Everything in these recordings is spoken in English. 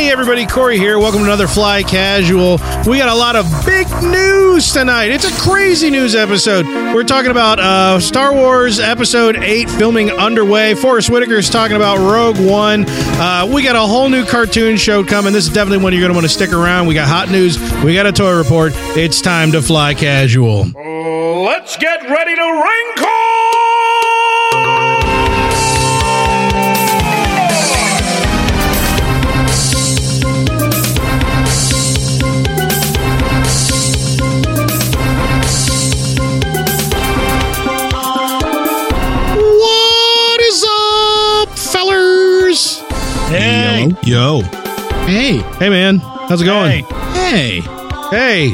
Hey, everybody, Corey here. Welcome to another Fly Casual. We got a lot of big news tonight. It's a crazy news episode. We're talking about uh, Star Wars Episode 8 filming underway. Forrest Whitaker's talking about Rogue One. Uh, we got a whole new cartoon show coming. This is definitely one you're going to want to stick around. We got hot news, we got a toy report. It's time to fly casual. Let's get ready to wrinkle! What is up, fellers? Hey. Yo. Hey. Hey, man. How's it going? Hey. Hey.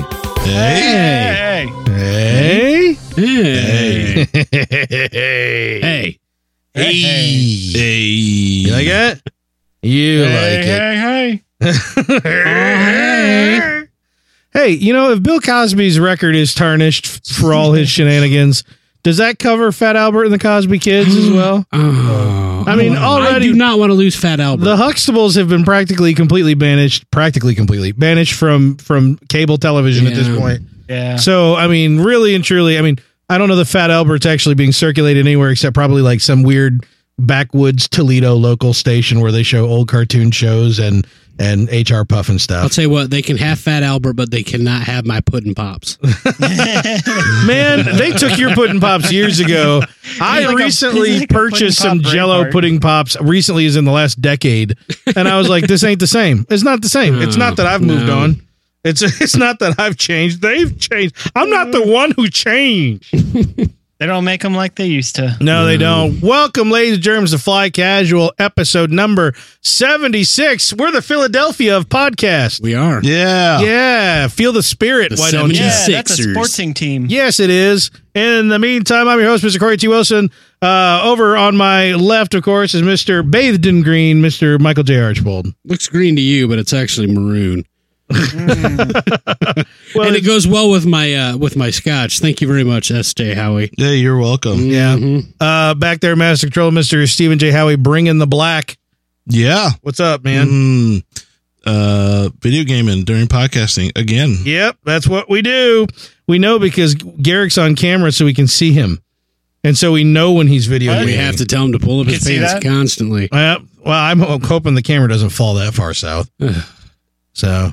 Hey. Hey! Hey. Hey. Hey. Hey. Hey. You like it? You like Hey, it. hey, hey! hey. Hey, you know, if Bill Cosby's record is tarnished f- for all his shenanigans, does that cover Fat Albert and the Cosby Kids as well? Oh, I mean, don't- already- I do not want to lose Fat Albert. The Huxtables have been practically completely banished, practically completely banished from from cable television at this Yeah. point. Yeah. So, I mean, really and truly, I mean, I don't know the Fat Albert's actually being circulated anywhere except probably like some weird backwoods Toledo local station where they show old cartoon shows and and HR Puff and I'll stuff. tell you what, they can have Fat Albert, but they cannot have my puddin' pops. Man, they took your pudding pops years ago. I He's like a- recently he's like a purchased pudding some pop brain Jello fart. pudding pops. Recently, is in the last decade, and I was like, "This ain't the same. It's not the same. It's not that I've moved No. on. It's it's not that I've changed. They've changed. I'm not the one who changed." They don't make them like they used to. No, they don't. Welcome, ladies and germs, to Fly Casual, episode number 76. We're the Philadelphia of podcast. We are. Yeah. Yeah, feel the spirit. The why don't you? Yeah, that's a Sixers. sporting team. Yes, it is. In the meantime, I'm your host, Mr. Corey T. Wilson. Uh, over on my left, of course, is Mr. Bathed in Green, Mr. Michael J. Archbold. Looks green to you, but it's actually maroon, Well, and it goes well with my uh, with my scotch. Thank you very much, S.J. Howie. Hey, you're welcome. yeah. Mhm. Uh, back there, Master Control, Mr. Stephen J. Howie, bring in the black. Yeah. What's up, man? Mm, uh, video gaming during podcasting again. Yep, that's what we do. We know because Garrick's on camera, so we can see him, and so we know when he's Oh, videoing. We have to tell him to pull up You his can see pants that? constantly. Uh, well, I'm hoping the camera doesn't fall that far south. so,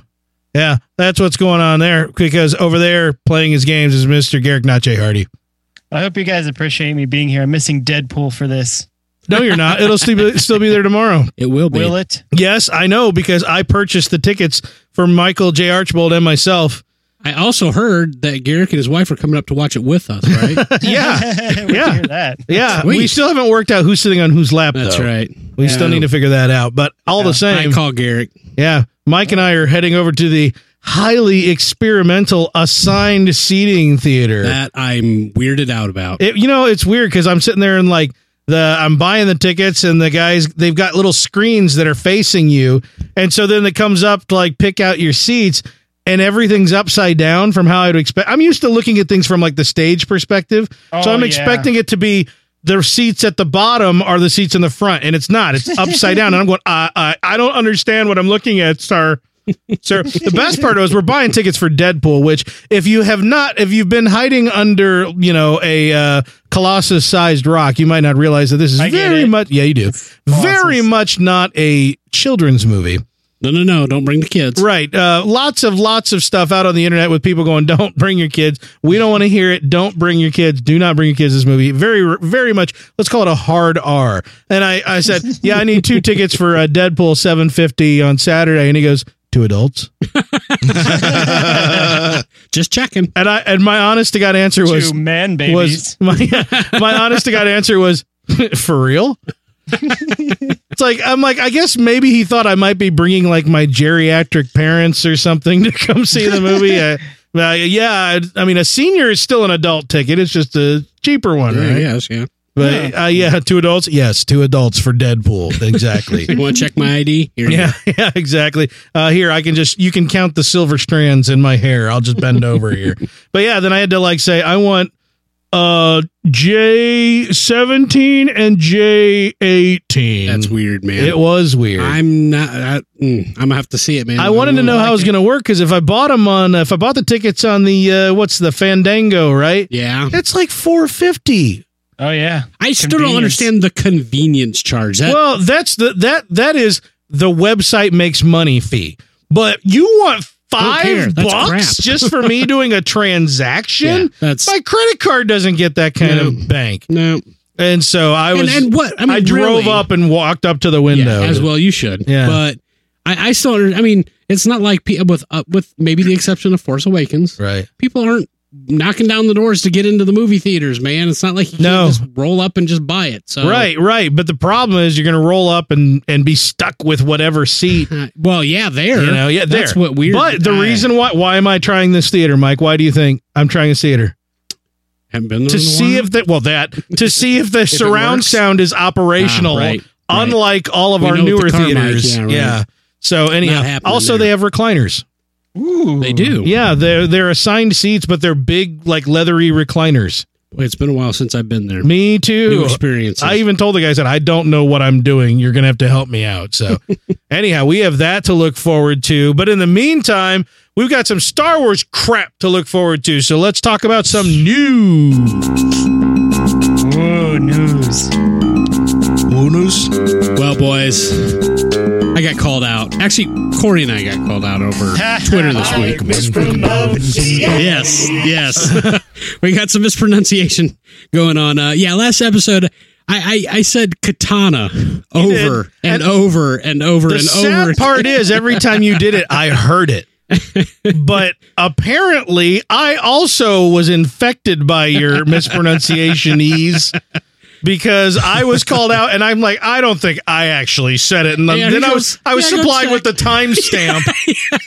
yeah, that's what's going on there. Because over there playing his games is Mr. Garrick, not Jay Hardy. I hope you guys appreciate me being here. I'm missing Deadpool for this. No, you're not. It'll still be, still be there tomorrow. It will be. Will it? Yes, I know because I purchased the tickets for Michael J. Archbold and myself. I also heard that Garrick and his wife are coming up to watch it with us. Right? Yeah, we Yeah. Hear that. yeah. We Sweet. still haven't worked out who's sitting on whose lap. That's though. right. We still need to figure that out. But all the I same, call Garrick. Yeah. Mike and I are heading over to the highly experimental assigned seating theater. That I'm weirded out about. It- you know, it's weird because I'm sitting there and like the I'm buying the tickets and the guys they've got little screens that are facing you. And so then it comes up to like pick out your seats and everything's upside down from how I'd expect. I'm used to looking at things from like the stage perspective. so Oh, I'm yeah. expecting it to be the seats at the bottom are the seats in the front and it's not. It's upside down and I'm going I I I don't understand what I'm looking at, sir. Sir, the best part was we're buying tickets for Deadpool, which if you have not, if you've been hiding under, you know, a uh, colossus sized rock, you might not realize that this is I get very it. much, yeah, you do, very Colossus. much not a children's movie. No, no, no! Don't bring the kids. Right. Uh, lots of, lots of stuff out on the internet with people going, don't bring your kids. We don't want to hear it. Don't bring your kids. Do not bring your kids this movie. Very, very much, let's call it a hard R. And I, I said, yeah, I need two tickets for uh, Deadpool 750 on Saturday. And he goes, two adults. Just checking. And I and my honest to god answer was Two man babies. was my my honest to god answer was for real. it's like I'm like I guess maybe he thought I might be bringing like my geriatric parents or something to come see the movie. I, well, yeah, I, I mean a senior is still an adult ticket. It's just a cheaper one, Yeah, right? Yes, yeah. But yeah. Uh, yeah, two adults. Yes, two adults for Deadpool. Exactly. You want to check my ID? Here you Yeah, yeah, exactly. Uh, here, I can just you can count the silver strands in my hair. I'll just bend over here. But yeah, then I had to like say I want uh, J17 and J18. That's weird, man. It was weird. I'm not. I, mm, I'm gonna have to see it, man. I wanted to know how it was it's going to work because if I bought them on, if I bought the tickets on the uh, what's the Fandango, right? Yeah, It's like four fifty. Oh yeah, I still don't Convenience. understand the convenience charge. That Well, that's the that that is the website makes money fee. But you want care. five That's bucks crap. just for me doing a yeah, transaction? that's My credit card doesn't get that kind No. of bank, no. and so I was. and, and what I I, mean, drove really, up and walked up to the yeah, window. as well. You should. Yeah. but I, I still. under- I mean, it's not like pe- with uh, with maybe the exception of Force Awakens, Right. people aren't knocking down the doors to get into the movie theaters, man. It's not like you No. can just roll up and just buy it. So Right, right. But the problem is you're going to roll up and and be stuck with whatever seat. Uh, well, yeah, there. You know, yeah, that's there. what weird. But the I reason why why am I trying this theater, Mike? Why do you think I'm trying this theater? haven't been there To in a see while. if that well that to see if the it surround works. sound is operational, Ah, right, right. unlike all of We our know with newer the car mic, theaters. yeah, right. So anyhow, happening also there. they have recliners. Ooh, they do. Yeah, they're they're assigned seats, but they're big like leathery recliners. Boy, it's been a while since I've been there. Me New too. experiences. I even told the guy I said I don't know what I'm doing. You're gonna have to help me out. So anyhow, we have that to look forward to. But in the meantime, we've got some Star Wars crap to look forward to. So let's talk about some news. Ooh, news. Woo news. well, boys, I got called out. Actually, Corey and I got called out over Twitter this week. yes, yes. we got some mispronunciation going on. Uh, yeah, last episode. I, I, I said katana over And and, over and over The and over. sad part is every time you did it, I heard it. But apparently, I also was infected by your mispronunciation ease because I was called out, and I'm like, I don't think I actually said it. And Yeah, then he I was goes, I was yeah, go supplied check. with the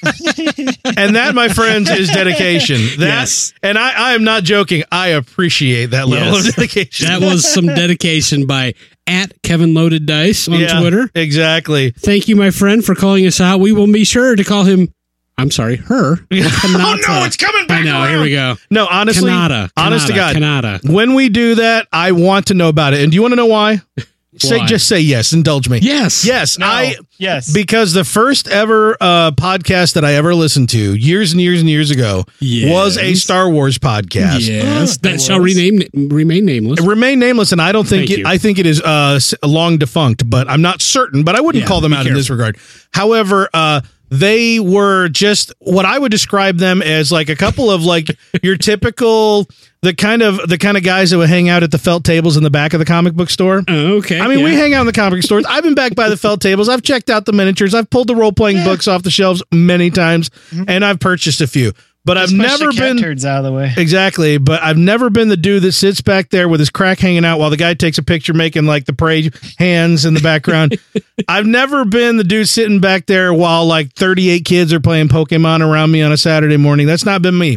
timestamp, and that, my friends, is dedication. That, Yes. and I, I am not joking. I appreciate that level Yes. of dedication. that was some dedication by at Kevin Loaded Dice on Yeah, Twitter. exactly. Thank you, my friend, for calling us out. We will be sure to call him. I'm sorry, her. Oh no, Kanata. it's coming back I know. around. Here we go. No, honestly, Kanata. honest to Kanata, God. Kanata. When we do that, I want to know about it. And do you want to know why? Say Why? just say yes. Indulge me. Yes. Yes, No. I yes. because the first ever uh, podcast that I ever listened to years and years and years ago Yes. was a Star Wars podcast. Yes. It That shall was. rename remain nameless. It remained nameless, and I don't think Thank it, you. I think it is uh, s- long defunct, but I'm not certain. But I wouldn't Yeah, call them be out in this regard. However, uh, they were just what I would describe them as like a couple of like your typical the kind of the kind of guys that would hang out at the felt tables in the back of the comic book store. Oh, okay. I mean, yeah. we hang out in the comic stores. I've been back by the felt tables. I've checked out the miniatures. I've pulled the role playing books off the shelves many times, Mm-hmm. and I've purchased a few. But I've Just push never the been cat turds out of the way. exactly. But I've never been the dude that sits back there with his crack hanging out while the guy takes a picture, making like the pray hands in the background. I've never been the dude sitting back there while like thirty-eight kids are playing Pokemon around me on a Saturday morning. That's not been me.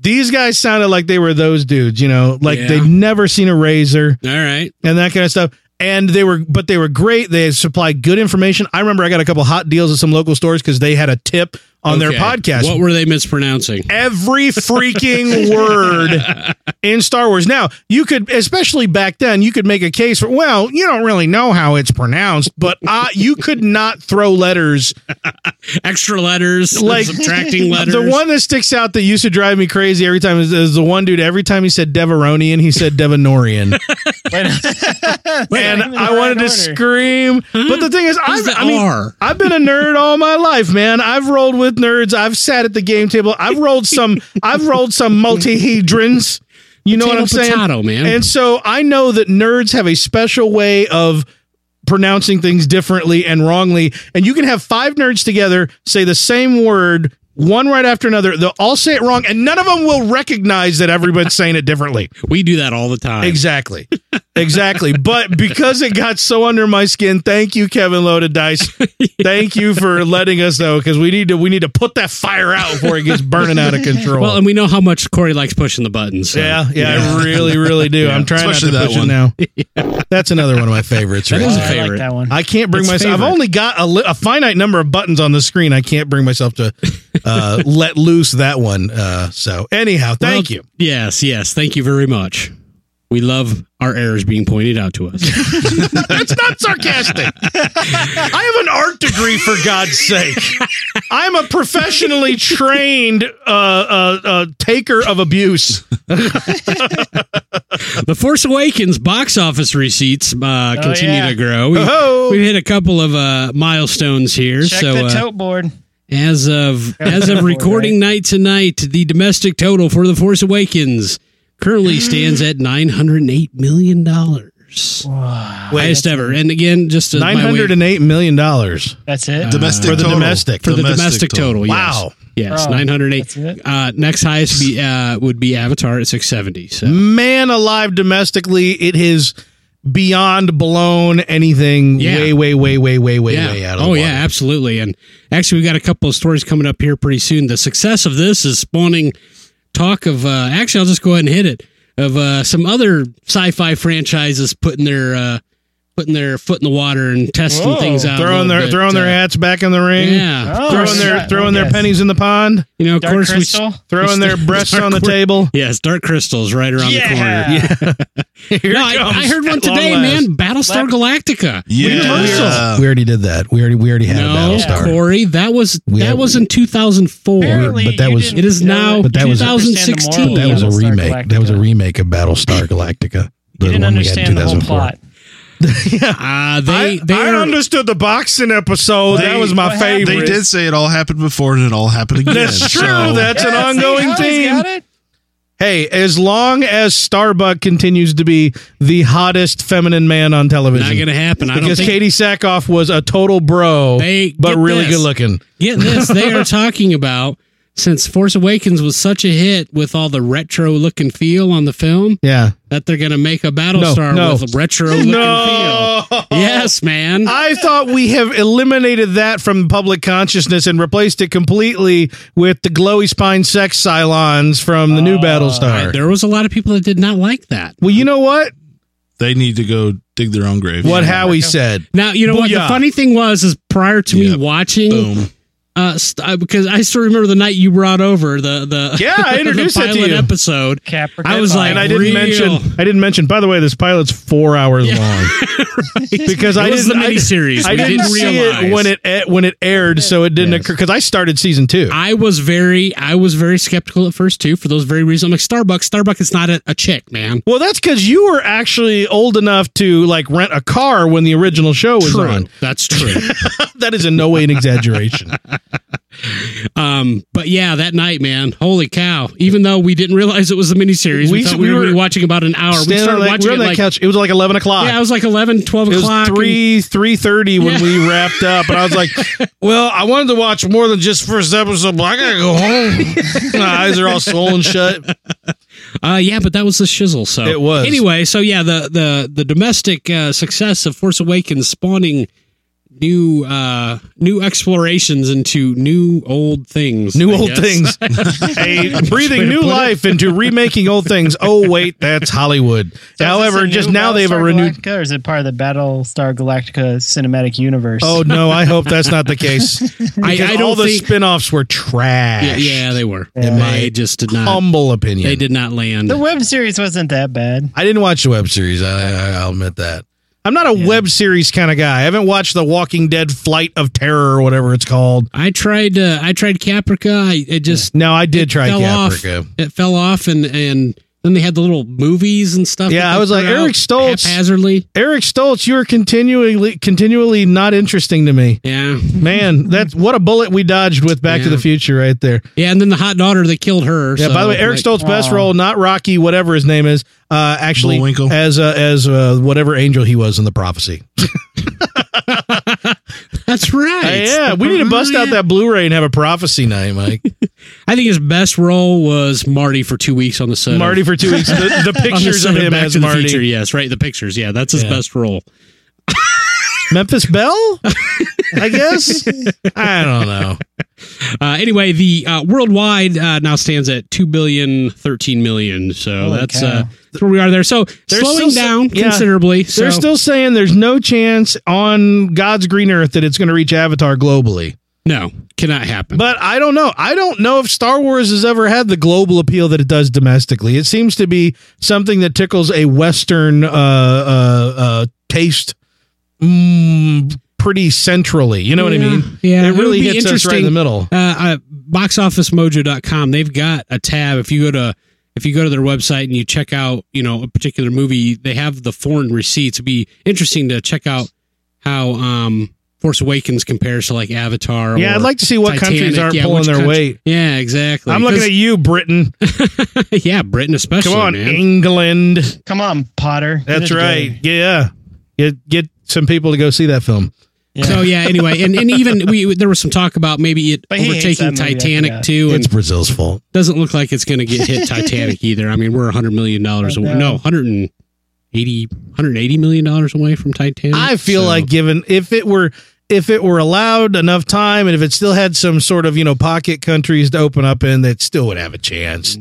These guys sounded like they were those dudes, you know, like Yeah. they'd never seen a razor All right. and that kind of stuff. And they were, but they were great. They supplied good information. I remember I got a couple hot deals at some local stores because they had a tip on their Okay. podcast. What were they mispronouncing? Every freaking word in Star Wars. Now, you could, especially back then, you could make a case for, well, you don't really know how it's pronounced, but uh, you could not throw letters Extra letters, Like- subtracting letters. The one that sticks out that used to drive me crazy every time is, is the one dude. Every time he said Deveronian, he said Devonorian, and I'm in the I wanted right to order. scream. But the thing is, Hmm? Who's I've, the I mean, R? I've been a nerd all my life, man. I've rolled with nerds. I've sat at the game table. I've rolled some. I've rolled some multihedrons. You know what Potato, I'm saying? potato, man. And so I know that nerds have a special way of pronouncing things differently and wrongly. And you can have five nerds together say the same word, one right after another. They'll all say it wrong, and none of them will recognize that everybody's saying it differently. we do that all the time. Exactly. Exactly. But because it got so under my skin, thank you, Kevin Loaded Dice. Thank you for letting us know because we need to we need to put that fire out before it gets burning out of control. Well, and we know how much Corey likes pushing the buttons. so- yeah, yeah, I really, really do. I'm trying Especially not to that push it one. now. That's another one of my favorites. That Right? is a Oh, I there. like favorite. that one. I can't bring It's myself. I've favorite. only got a, li- a finite number of buttons on the screen. I can't bring myself to uh, let loose that one. Uh, so anyhow, thank Well, you. Yes, yes. Thank you very much. We love our errors being pointed out to us. That's not sarcastic. I have an art degree, for God's sake. I'm a professionally trained uh, uh, uh, taker of abuse. the Force Awakens box office receipts uh, continue Oh, yeah. to grow. We, Oh, we've hit a couple of uh, milestones here. Check so the uh, tote board. As of That was as of number four, recording night tonight, the domestic total for The Force Awakens currently stands at nine hundred eight million dollars, highest ever. And again, just as my nine hundred way- and eight million dollars That's it. Domestic for the total. domestic. for the domestic total. Wow. Yes, yes Oh, nine hundred eight. that's it? Uh, next highest be, uh, would be Avatar at six seventy. So Mm. Man alive domestically, it is beyond blown anything. Yeah. Way, way, way, way, way, way, yeah. way out of oh the water. yeah, absolutely. And actually, we got a couple of stories coming up here pretty soon. The success of this is spawning talk of. Uh, actually, I'll just go ahead and hit it of uh, some other sci-fi franchises putting their uh, putting their foot in the water and testing Whoa. things out. a Throwing little their bit, throwing their uh, hats back in the ring. Yeah, Oh, Throwing their shit. throwing their Yes. pennies in the pond. you know, of Dark course Crystal. we. Throwing their breasts on the table. Yes, dark crystals right around the corner. Yeah. Here No, I, I comes heard one at long today, last. man. Battlestar Galactica. Yeah. Universal. Yeah. We already did that. We already we already had No, a Battlestar. Corey, that was We that have- was in 2004. Apparently, but that you was- didn't It is know now it. But that was- You didn't 2016. understand the moral That was a of Battlestar remake. That was a Galactica. remake of Battlestar Galactica. The one we You didn't had in understand the whole 2004. plot. Uh, I, they they I are, understood the boxing episode. that They- was my what happened? favorite. They did say it all happened before and it all happened again. That's true. so- That's an Yeah, see, ongoing Holly's theme. got it. Hey, as long as Starbuck continues to be the hottest feminine man on television, not going to happen. I don't because think. Katie Sackhoff was a total bro, They- but get really this. good looking. get this, they are talking about since Force Awakens was such a hit with all the retro look and feel on the film Yeah. that they're going to make a Battlestar no. with a retro look and feel. Yes, man. I thought we have eliminated that from public consciousness and replaced it completely with the glowy spine sex Cylons from the Uh, new Battlestar. there was a lot of people that did not like that. well, you know what? They need to go dig their own grave. What Howie said. Now you know what the Booyah. funny thing was is prior to Yeah. me watching, Boom. uh, st- I- because I still remember the night you brought over the the Yeah, I the introduced it to pilot you. episode. Capricorn. I was like, And I didn't Real. mention. I didn't mention. By the way, this pilot's four hours long because I It was didn't. the I, miniseries. I We didn't, didn't see it realize. when it eh, when it aired, so it didn't occur because I started season two. I was very I was very skeptical at first too for those very reasons. I'm like Starbucks, Starbucks is not a, a chick, man. well, that's because you were actually old enough to like rent a car when the original show was on. That's true. That is in no way an exaggeration. um, but yeah, that night, man, holy cow! Even though we didn't realize it was the miniseries, we, We- thought we, we were, were watching about an hour. We Standing started on that- we watching were it on that like couch. It was like eleven o'clock. yeah, it was like 11, 12 it was o'clock. and- three three thirty when Yeah. we wrapped up, and I was like, "Well, I wanted to watch more than just first episode, but I gotta go home. My eyes are all swollen shut." Uh, yeah, but that was the shizzle. So It was. anyway. So yeah, the the the domestic uh, success of Force Awakens spawning new uh new explorations into new old things. New I old guess. things. A breathing new life into remaking old things. Oh wait, that's Hollywood. So is this However, a just new now they have a Battlestar renewed. Galactica, or is it part of the Battlestar Galactica cinematic universe? Oh no, I hope that's not the case. I, Because I don't all the think. spin-offs were yeah, trash. yeah, they were. In my they just did not. humble opinion. they did not land. the web series wasn't that bad. I didn't watch the web series. I, I, I'll admit that. I'm not a web series kind of guy. I haven't watched The Walking Dead Flight of Terror or whatever it's called. I tried. Uh, I tried Caprica. I it just No, I did try fell Caprica. off. It fell off, and and then they had the little movies and stuff. Yeah, that I they was like, threw Eric out Stoltz- haphazardly. Eric Stoltz, you are continually continually not interesting to me. Yeah, Man, that's what a bullet we dodged with Back to Yeah. the Future right there. yeah, and then the hot daughter they killed her. Yeah. so, by the way, Eric like, Stoltz best aw. role, not Rocky, whatever his name is. Uh, actually, Bullwinkle. as uh, as uh, whatever angel he was in the prophecy. That's right. yeah, we need to bust out that Blu-ray and have a prophecy night, Mike. I think his best role was Marty for two weeks on the set. of- Marty for two weeks. The, the on the pictures set of him Back as to the Marty. Future, yes, right. The pictures. Yeah, that's his Yeah. best role. Memphis Bell, I guess. I don't know. Uh, anyway, the uh, worldwide uh, now stands at two billion thirteen million. So Holy that's cow. uh, that's where we are there. So They're slowing still- down yeah. considerably. So They're still saying there's no chance on God's green earth that it's going to reach Avatar globally. no. cannot happen. But I don't know. I don't know if Star Wars has ever had the global appeal that it does domestically. It seems to be something that tickles a Western uh, uh, uh, taste mm, pretty centrally. You know what I Yeah, mean? yeah. It It would really be hits us right in the interesting. middle. uh, uh, boxofficemojo.com they've got a tab if you go to if you go to their website and you check out you know a particular movie they have the foreign receipts it'd be interesting to check out how um force awakens compares to like avatar Yeah, or I'd like to see what Titanic. countries aren't Yeah, pulling which their country- weight. yeah exactly I'm looking at you, Britain. at yeah britain especially Come on, man. England. Come on, Potter. Get it That's together. right. Yeah. Get get some people to go see that film. so yeah anyway and, and even we there was some talk about maybe it But he hates overtaking that movie, I titanic forgot. too and It's Brazil's fault. doesn't look like it's going to get hit Titanic either. I mean, we're 100 million dollars away. No, 180 180 million dollars away from Titanic. I feel So- like given if it were if it were allowed enough time and if it still had some sort of you know pocket countries to open up in, that still would have a chance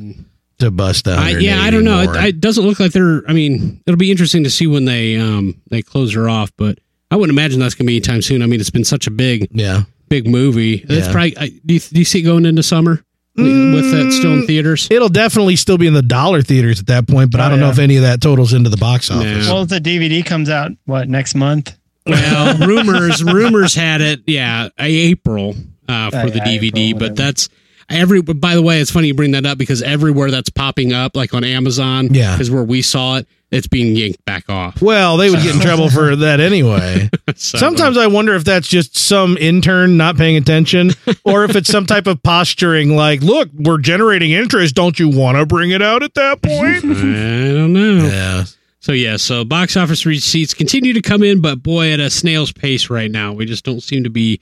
to bust out. Mm. I, yeah, I don't know. It, it doesn't look like they're I mean, it'll be interesting to see when they um they close her off, but I wouldn't imagine that's going to be anytime soon. I mean, it's been such a big yeah, big movie. It's Yeah. probably I, do, you, do you see it going into summer with that still in theaters? it'll definitely still be in the dollar theaters at that point, but I Oh, don't know yeah. if any of that totals into the box office. Yeah. Well, if the DVD comes out what next month? Well, rumors rumors had it, yeah, a- April uh, for Uh, the yeah, DVD, April, but whatever. that's every. By the way, it's funny you bring that up because everywhere that's popping up, like on Amazon, Yeah. is where we saw it. It's being yanked back off. Well, they would get in trouble for that anyway. So- Sometimes I wonder if that's just some intern not paying attention or if it's some type of posturing like, look, we're generating interest. Don't you want to bring it out at that I point? don't know. yeah. So yeah, so box office receipts continue to come in, but boy, at a snail's pace right now. We just don't seem to be.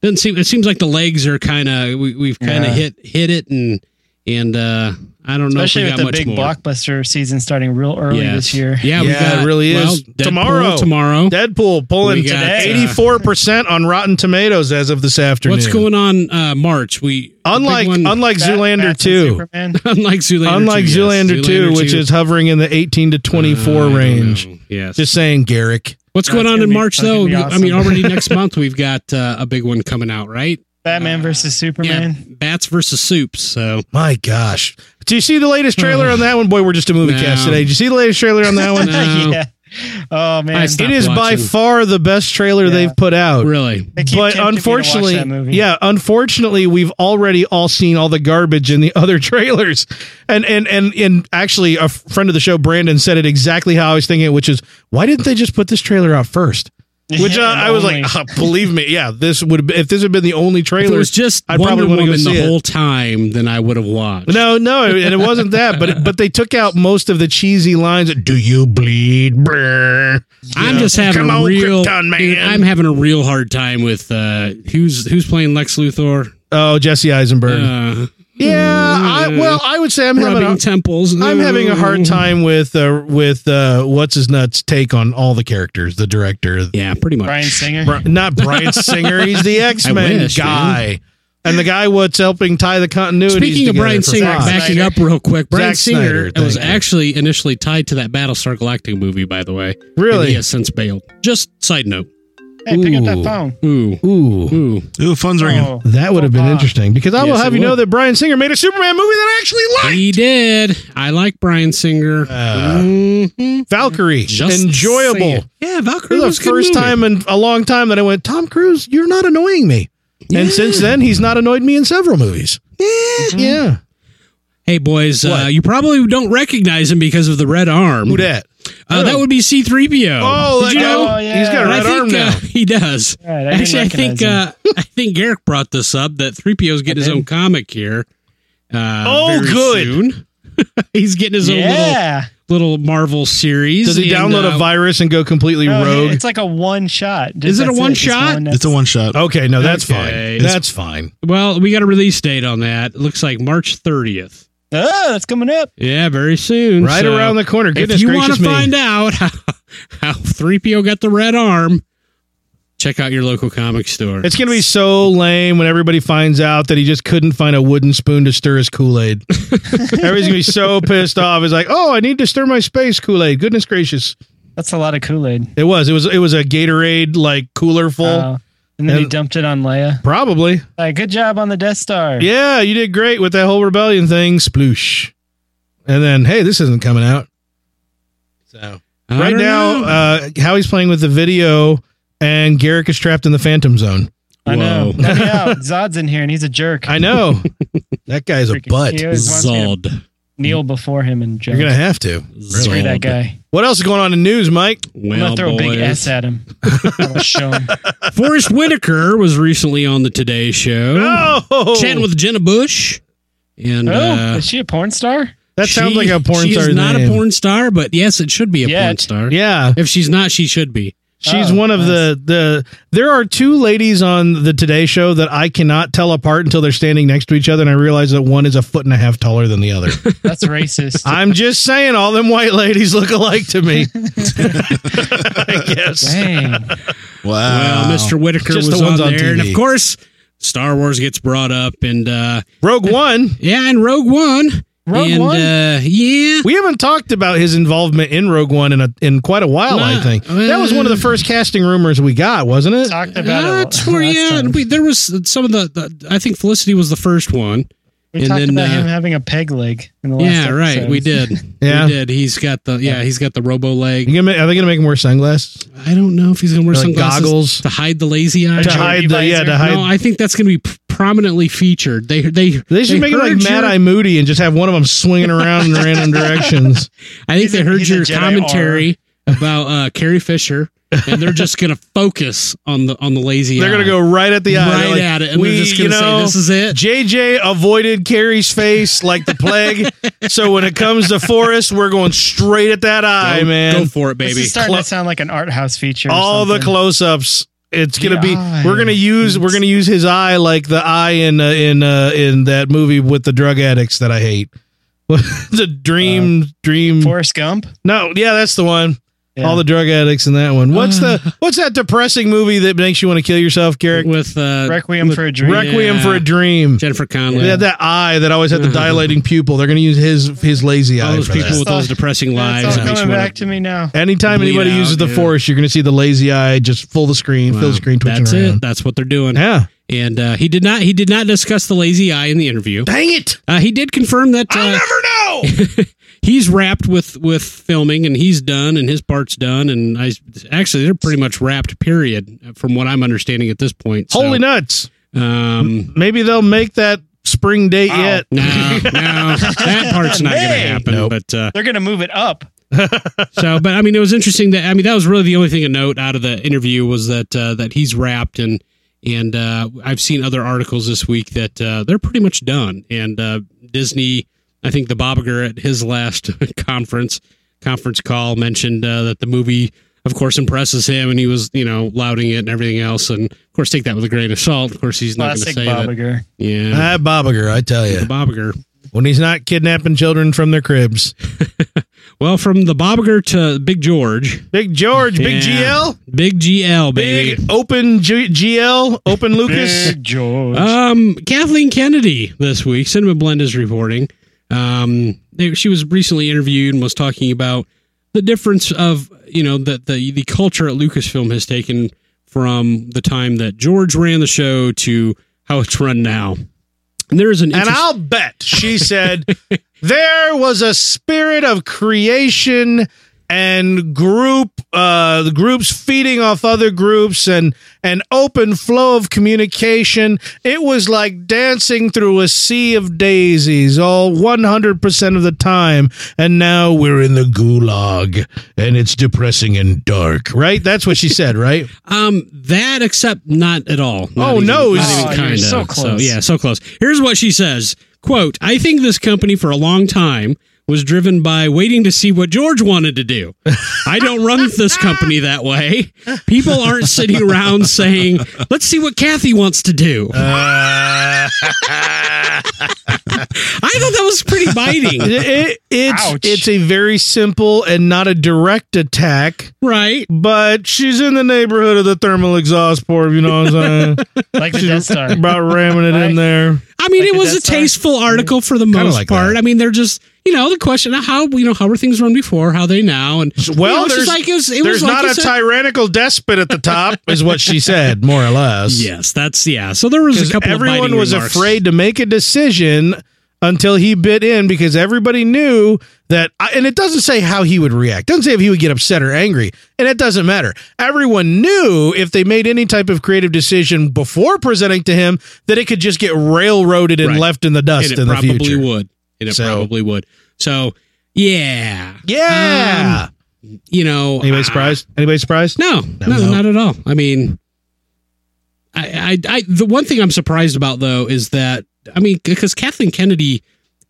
Doesn't seem. It seems like the legs are kind of. We, we've kind of Yeah. hit hit it, and and uh I don't Especially know with if we got the much big more. blockbuster season starting real early Yes. this year. Yeah, we Yeah, got, it really well, is. Deadpool Tomorrow. Tomorrow. Deadpool pulling We got, uh, eighty four percent on Rotten Tomatoes as of this afternoon. What's going on? Uh, March. We the big Unlike one- unlike Bat- Zoolander Bats and two, Superman. unlike Zoolander. unlike two, yes. Uh, Zoolander two, which is hovering in the eighteen to twenty I four don't range. know. Yes. Just saying, Garrick. What's No, going it's on gonna in be March fucking though? You- I mean, awesome. already next month we've got uh, a big one coming out, right? Batman versus Superman. Yeah, bats versus soups. So My gosh. Do you see the latest trailer on that one? Boy, we're just a movie No. cast today. Did you see the latest trailer on that one? No. yeah. Oh man, I stopped It is by watching. far the best trailer Yeah. they've put out. really, They keep But tempting me to watch unfortunately, that movie. yeah, unfortunately, we've already all seen all the garbage in the other trailers, and and and and actually, a friend of the show, Brandon, said it exactly how I was thinking, which is why didn't they just put this trailer out first? Which uh, Yeah, I was only. like, "Ah, believe me, yeah, this would if this had been the only if it trailer. was just I'd probably Wonder wanna go Woman see the it. whole time, then I would have watched. No, no, and it wasn't that, but but they took out most of the cheesy lines. Do you bleed? Brrr. I'm Yeah. just having Come a on, real. Krypton Man. dude, I'm having a real hard time with uh, who's who's playing Lex Luthor. Oh, Jesse Eisenberg. Uh, yeah, I, well, I would say I'm having a, rubbing temples. I'm having a hard Ooh. time with uh, with uh, what's his nuts take on all the characters. The director, Yeah, pretty much. Brian Singer. Bri- not Brian Singer. He's the X I Men wish, guy, and the guy what's helping tie the continuity. Speaking of Brian Singer, Fox. backing Snyder. up real quick, Brian Zack Singer Snyder, thank was you. actually initially tied to that Battlestar Galactica movie, by the way. And he really? has since bailed. Just side note. Hey, pick up Ooh. that phone. Ooh, Ooh, ooh. Ooh, phone's ringing. Oh. that would have been Ah. interesting because I will Yes, have it you know would. that Brian Singer made a Superman movie that I actually liked. He did. I like Brian Singer. Uh, Mhm. Valkyrie, Just enjoyable. saying. Yeah, Valkyrie For the was a good first movie. time in a long time that I went, Tom Cruise, you're not annoying me. And since then, he's not annoyed me in several movies. Mm-hmm. Yeah. Hey, boys, uh, What? you probably don't recognize him because of the red arm. Who dat? Uh, that would be C-3PO. Oh, Did that you guy- know? Oh, yeah. he's got a And red I think arm now. uh, he does. All right, I Actually, I didn't think recognize uh, I think Garrick brought this up that 3PO's getting his did. own comic here. Uh, Oh, very good. soon. He's getting his own yeah. little, little Marvel series. Does he and, download uh, a virus and go completely No, rogue? Oh, It's like a one shot. Just Is it a that's one Just shot? one- It's a one shot. okay, no, that's Okay. fine. That's fine. Well, we got a release date on that. It looks like March 30th. oh, that's coming up. Yeah, very soon. Right So, around the corner. Goodness if you want gracious to me. find out how, how 3PO got the red arm, check out your local comic store. it's going to be so lame when everybody finds out that he just couldn't find a wooden spoon to stir his Kool Aid. Everybody's going to be so pissed off. It's like, oh, I need to stir my space Kool Aid. Goodness gracious. That's a lot of Kool Aid. It was. It was. It was a Gatorade like cooler full, Oh. And then he And- dumped it on Leia. Probably. Like, good job on the Death Star. Yeah, you did great with that whole rebellion thing. Sploosh. And then, hey, this isn't coming out. So I right don't now, know. uh, Howie's playing with the video, and Garrick is trapped in the Phantom Zone. I know. Whoa. Let me out. Zod's in here and he's a jerk. I know that guy's a Freaking- butt. he You're always wants me to Zod. kneel before him and jerk. gonna have to. Screw Zod. that guy. What else is going on in news, Mike? I'm Well, gonna throw a big boys. S at him. I'll show him. Forrest Whitaker was recently on the Today Show, Oh, chatting with Jenna Bush, and Oh, uh, is she a porn star? that sounds she- like a porn she star. Is not a porn star, but yes, it should be a porn Yet. star. Yeah, If she's not, she should be. she's Oh, one of the the. There are two ladies on the Today Show that I cannot tell apart until they're standing next to each other, and I realize that one is a foot and a half taller than the other. That's racist. I'm just saying, all them white ladies look alike to me. I guess. Dang. Wow. Well, Mr. Whitaker Uh, Just was the on ones on there, and TV. of course, Star Wars gets brought up, and uh, Rogue One. yeah, and Rogue One, Rogue and, One? uh, yeah, We haven't talked about his involvement in Rogue One in a, in quite a while. I Nah, think that was one of the first casting rumors we got, wasn't it? Talked about it. that's where last yeah, time. we, there was some of the, the. I think Felicity was the first one. We and talked then, about uh, him having a peg leg in the last yeah, right. episode. We did. Yeah. we did. He's got the yeah. He's got the robo leg. You gonna ma- are they going to make him wear sunglasses? I don't know if he's gonna wear Like some glasses goggles? to hide the lazy eye. To Joey hide the yeah, Visor. to hide. no, I think that's gonna be p- prominently featured. They they they should make him heard like Mad your- Eye Moody and just have one of them swinging around in random directions. I think He's a- they heard he's a your Jedi commentary about uh, Carrie Fisher, and they're just gonna focus on the on the lazy. They're going to go right at the eye. They're right like, at it, and "We, they're just gonna you know, say, "This is it." JJ avoided Carrie's face like the plague. so when it comes to Forrest, we're going straight at that eye, go, man. go for it, This baby. is starting Clo- to sound like an art house feature. or All the something. close-ups. It's gonna The be. eye. We're gonna use. We're gonna use his eye like the eye in uh, in uh, in that movie with the drug addicts that I hate. the dream Uh, dream. Forrest Gump. no, yeah, that's the one. Yeah. All the drug addicts in that one. What's Ah. the what's that depressing movie that makes you want to kill yourself, Garrick? with uh, Requiem with for a Dream. Requiem Yeah. for a Dream. Jennifer Connelly. They had that eye that always had the Uh-huh. dilating pupil. They're going to use his his lazy all eye. those for people that. with those depressing Yeah, lives. It's that all makes coming you wanna- back to me now. Anytime bleed anybody out, uses the yeah. force, you're going to see the lazy eye just full the screen, fill Wow. the screen twitching That's around. it. That's what they're doing. Yeah. And uh, he did not. He did not discuss the lazy eye in the interview. Dang it! Uh, he did confirm that uh, I'll never know. he's wrapped with with filming, and he's done, and his part's done, and I actually they're pretty much wrapped. Period, from what I'm understanding at this point. So, Holy nuts! Um, Maybe they'll make that spring date Ow. yet. no, no, that part's not going to Hey! happen. Nope. But uh, They're gonna move it up. so, but I mean, it was interesting that I mean that was really the only thing of note out of the interview was that uh, that he's wrapped and. And uh, I've seen other articles this week that uh, they're pretty much done. And uh, Disney, I think the Bobiger at his last conference conference call mentioned uh, that the movie, of course, impresses him, and he was you know lauding it and everything else. And of course, take that with a grain of salt. Of course, he's not going to Classic say that. Bobiger. Yeah, Ah, Bobiger, I tell the you, Bobiger. when he's not kidnapping children from their cribs, Well, from the Bobiger to Big George, Big George, Big Yeah. GL, Big GL, baby. Big Open G- GL, Open Lucas. Big George. Oh, Um, Kathleen Kennedy this week, Cinema Blend is reporting. Um, they, she was recently interviewed and was talking about the difference of you know that the the culture at Lucasfilm has taken from the time that George ran the show to how it's run now. And there is an And interest- I'll bet she said there was a spirit of creation and group uh the groups feeding off other groups and an open flow of communication it was like dancing through a sea of daisies all 100% of the time and now we're in the gulag and it's depressing and dark right that's what she said right Um, that except not at all. Not Oh, even- no. not Oh, even you're kind of. so So close. yeah, so close. Here's what she says: "Quote: I think this company for a long time was driven by waiting to see what George wanted to do. I don't run this company that way. People aren't sitting around saying, "Let's see what Kathy wants to do." I thought that was pretty biting, It- it's Ouch. it's a very simple and not a direct attack, right? but she's in the neighborhood of the thermal exhaust port. You know what I'm saying? like the Death Star. About ramming it in Right. there. I mean, Like it a was a Death Star? tasteful article for the Kinda most like part. that. I mean, they're just you know the question how you know how were things run before, how they now, and you well, know, it's just there's- like it was, it was There's like not you a said- tyrannical despot at the top, is what she said, more or less. Yes, that's yeah. So there was a Because couple. of everyone biting was remarks. afraid to make a decision until he bit in because everybody knew that and it doesn't say how he would react doesn't say if he would get upset or angry and it doesn't matter everyone knew if they made any type of creative decision before presenting to him that it could just get railroaded and Right. left in the and dust it in the probably future would, and it So- probably would. So yeah, Um, yeah you know, anybody uh, surprised anybody surprised No, no, no. not at all. I mean, I, I, I, the one thing I'm surprised about though is that I mean, because Kathleen Kennedy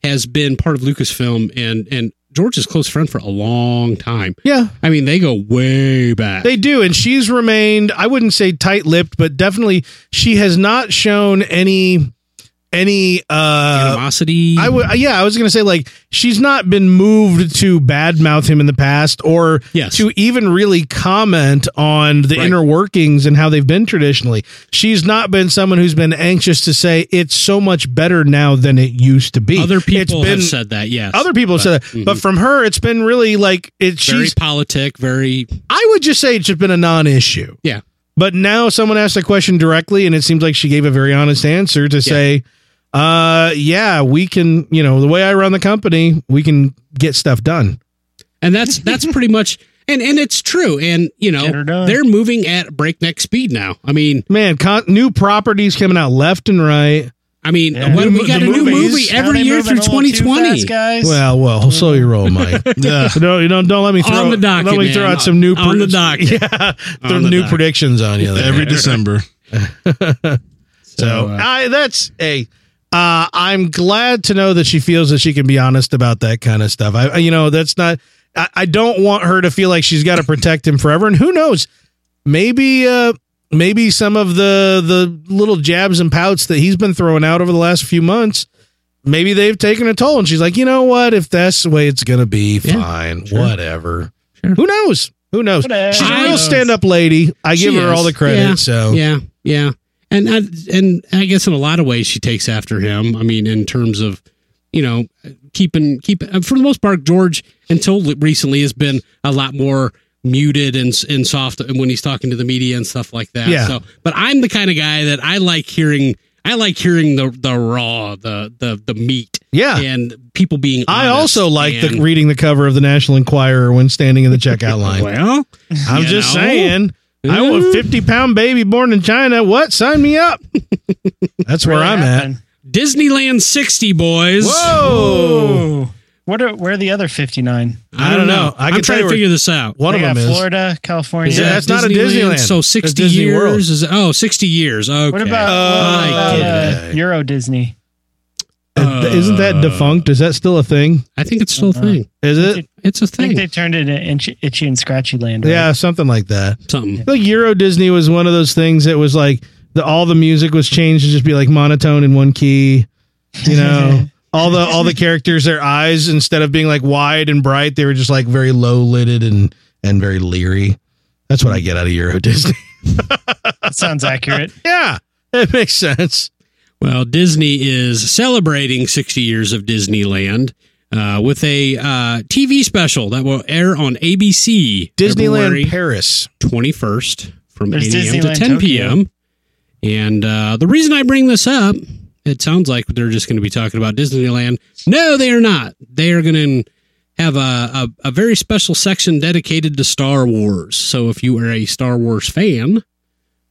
has been part of Lucasfilm and and George's close friend for a long time. yeah I mean, they go way back. They do, and she's remained. I wouldn't say tight-lipped, but definitely she has not shown any any. uh Animosity. I would, yeah, I was gonna say like she's not been moved to badmouth him in the past, or Yes. to even really comment on the Right. inner workings and how they've been traditionally. She's not been someone who's been anxious to say it's so much better now than it used to be. other it's people been, have said that. Yes, other people have said that, but from her, it's been really like it. very She's politic. Very I would just say it's just been a non-issue. yeah. But now someone asked a question directly, and it seems like she gave a very honest answer to say, uh, yeah, we can, you know, the way I run the company, we can get stuff done. and that's that's pretty much and and it's true and you know Get her done. they're moving at breakneck speed now i mean Man, con- new properties coming out left and right. i mean Yeah. what, The we mo- got a the new movies, movie Now every they year moving through a little too 2020 fast, guys. Well, well, slow your roll, Mike. Yeah. no, you don't, don't let me throw on the docket Let me man. throw out some new on the pred- docket Yeah, throw On the new docket. predictions on you. there. Every December. So So, uh, I that's a. Uh, I'm glad to know that she feels that she can be honest about that kind of stuff. I, I- you know, that's not. I, I don't want her to feel like she's got to protect him forever. And who knows? Maybe, uh, maybe some of the the little jabs and pouts that he's been throwing out over the last few months, maybe they've taken a toll. And she's like, you know what? If that's the way it's gonna be, Yeah, fine, sure. whatever. Sure. Who knows? Who knows? Whatever. She's a I- real stand up lady. I She give her is. all the credit. Yeah. So yeah yeah and I, and i guess in a lot of ways she takes after him i mean in terms of you know keeping keep uh, for the most part george until li- recently has been a lot more muted and s- and soft when he's talking to the media and stuff like that Yeah. so but i'm the kind of guy that i like hearing i like hearing the the raw the the the meat yeah. and people being I honest also like the, and- reading the cover of the National Enquirer when standing in the checkout line. well I'm you just know. saying. I want a 50 pound baby born in China. What? Sign me up. That's where Really I'm at. happened. disneyland 60 boys Whoa. Ooh. What are, where are the other 59? I don't, know. I I'm can tell trying you to where- figure this out. One They of got them is. Florida, California. Is that- that's not a Disneyland. So That's 60 Disney years World. is oh, 60 years. Okay. what about, Uh, what about, okay. uh, Euro Disney? Uh, Isn't that defunct? Is that still a thing? I think it's still a Uh-huh. thing. Is it? It's a I think thing. they've turned it into itchy- itchy and scratchy land. right? Yeah, something like that. Something. I feel like Euro Disney was one of those things that was like the, all the music was changed to just be like monotone in one key. You know, all the all the characters, their eyes instead of being like wide and bright, they were just like very low lidded and and very leery. That's what I get out of Euro Disney. That sounds accurate. yeah, it makes sense. Well, Disney is celebrating 60 years of Disneyland uh, with a uh, TV special that will air on ABC February Disneyland Paris. 21st from 8 There's a.m. to Disneyland 10 Tokyo. p.m. And uh, the reason I bring this up, it sounds like they're just going to be talking about Disneyland. No, they are not. They are going to have a, a, a very special section dedicated to Star Wars. So if you are a Star Wars fan,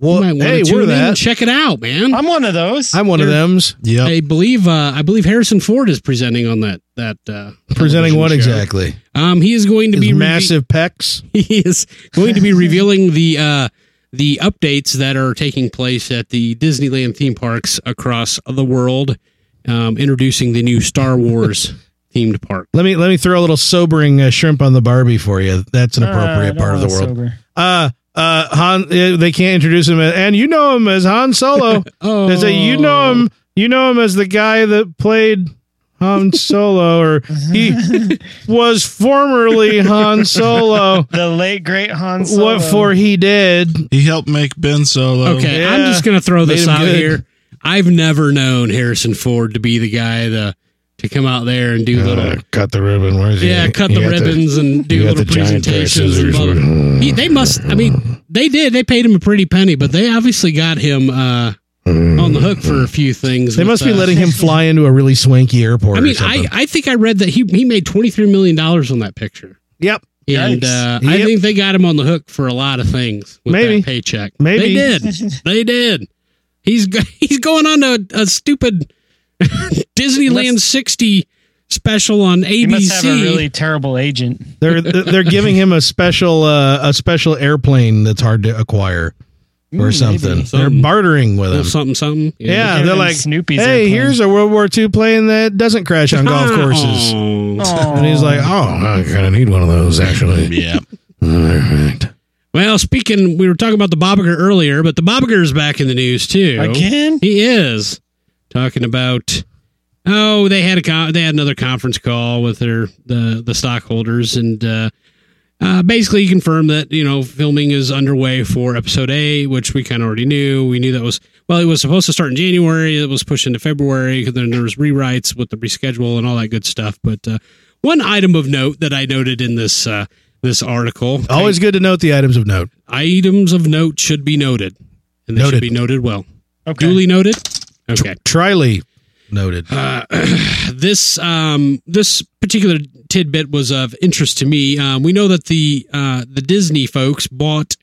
Well, you might want hey, to tune we're in and that. check it out, man. I'm one of those. I'm one of them's Yep. I believe uh, I believe Harrison Ford is presenting on that that uh, presenting television what show. exactly? Um, he is going to His be reve- massive pecs. he is going to be revealing the uh, the updates that are taking place at the Disneyland theme parks across the world, um, introducing the new Star Wars themed park. Let me let me throw a little sobering uh, shrimp on the Barbie for you. That's an Uh, I appropriate don't part of the want world. sober. uh uh han uh, they can't introduce him as, and you know him as han solo Oh, they say you know him You know him as the guy that played Han Solo, or he was formerly Han Solo. The late great Han Solo. What for he did? He helped make Ben Solo. Okay, Yeah. I'm just gonna throw Made this him out good. here. I've never known Harrison Ford to be the guy to to come out there and do little Oh, cut the ribbon. Where's he? yeah, cut He the got ribbons and he do got little the giant pair of presentations. and scissors. blah, blah. He- they must. I mean, they did. They paid him a pretty penny, but they obviously got him uh, Hmm. on the hook for a few things. They with, must be uh, letting him fly into a really swanky airport. I mean, I, I think I read that he he made twenty three million dollars on that picture, yep. and uh, I Yep. think they got him on the hook for a lot of things. With Maybe. that paycheck, Maybe. they did. They did. He's go- he's going on a, a stupid Disneyland sixty special on He must have ABC. E a really terrible agent. They're they're giving him a special uh, a special airplane that's hard to acquire or something. They're Something. bartering with him. something something. Yeah, Give they're him like, Snoopy's hey, airplane." here's a World War II plane that doesn't crash on golf courses. Oh. And he's like, oh, Oh, I kind of need one of those actually. Yeah. All right. Well, speaking, we were talking about the Bobiger earlier, but the Bobiger is back in the news too. again? He is talking about. Oh, they had a con- they had another conference call with their the the stockholders, and uh, uh, basically he confirmed that you know filming is underway for episode eight, which we kind of already knew. We knew that was well, it was supposed to start in January, it was pushed into February, and then there was rewrites with the reschedule and all that good stuff. But uh, one item of note that I noted in this uh, this article, always good to note the items of note. items of note should be noted, and they Noted. should be noted well. Okay. Duly noted. Okay. Triley noted. This um this particular tidbit was of interest to me. Um, we know that the uh, the Disney folks bought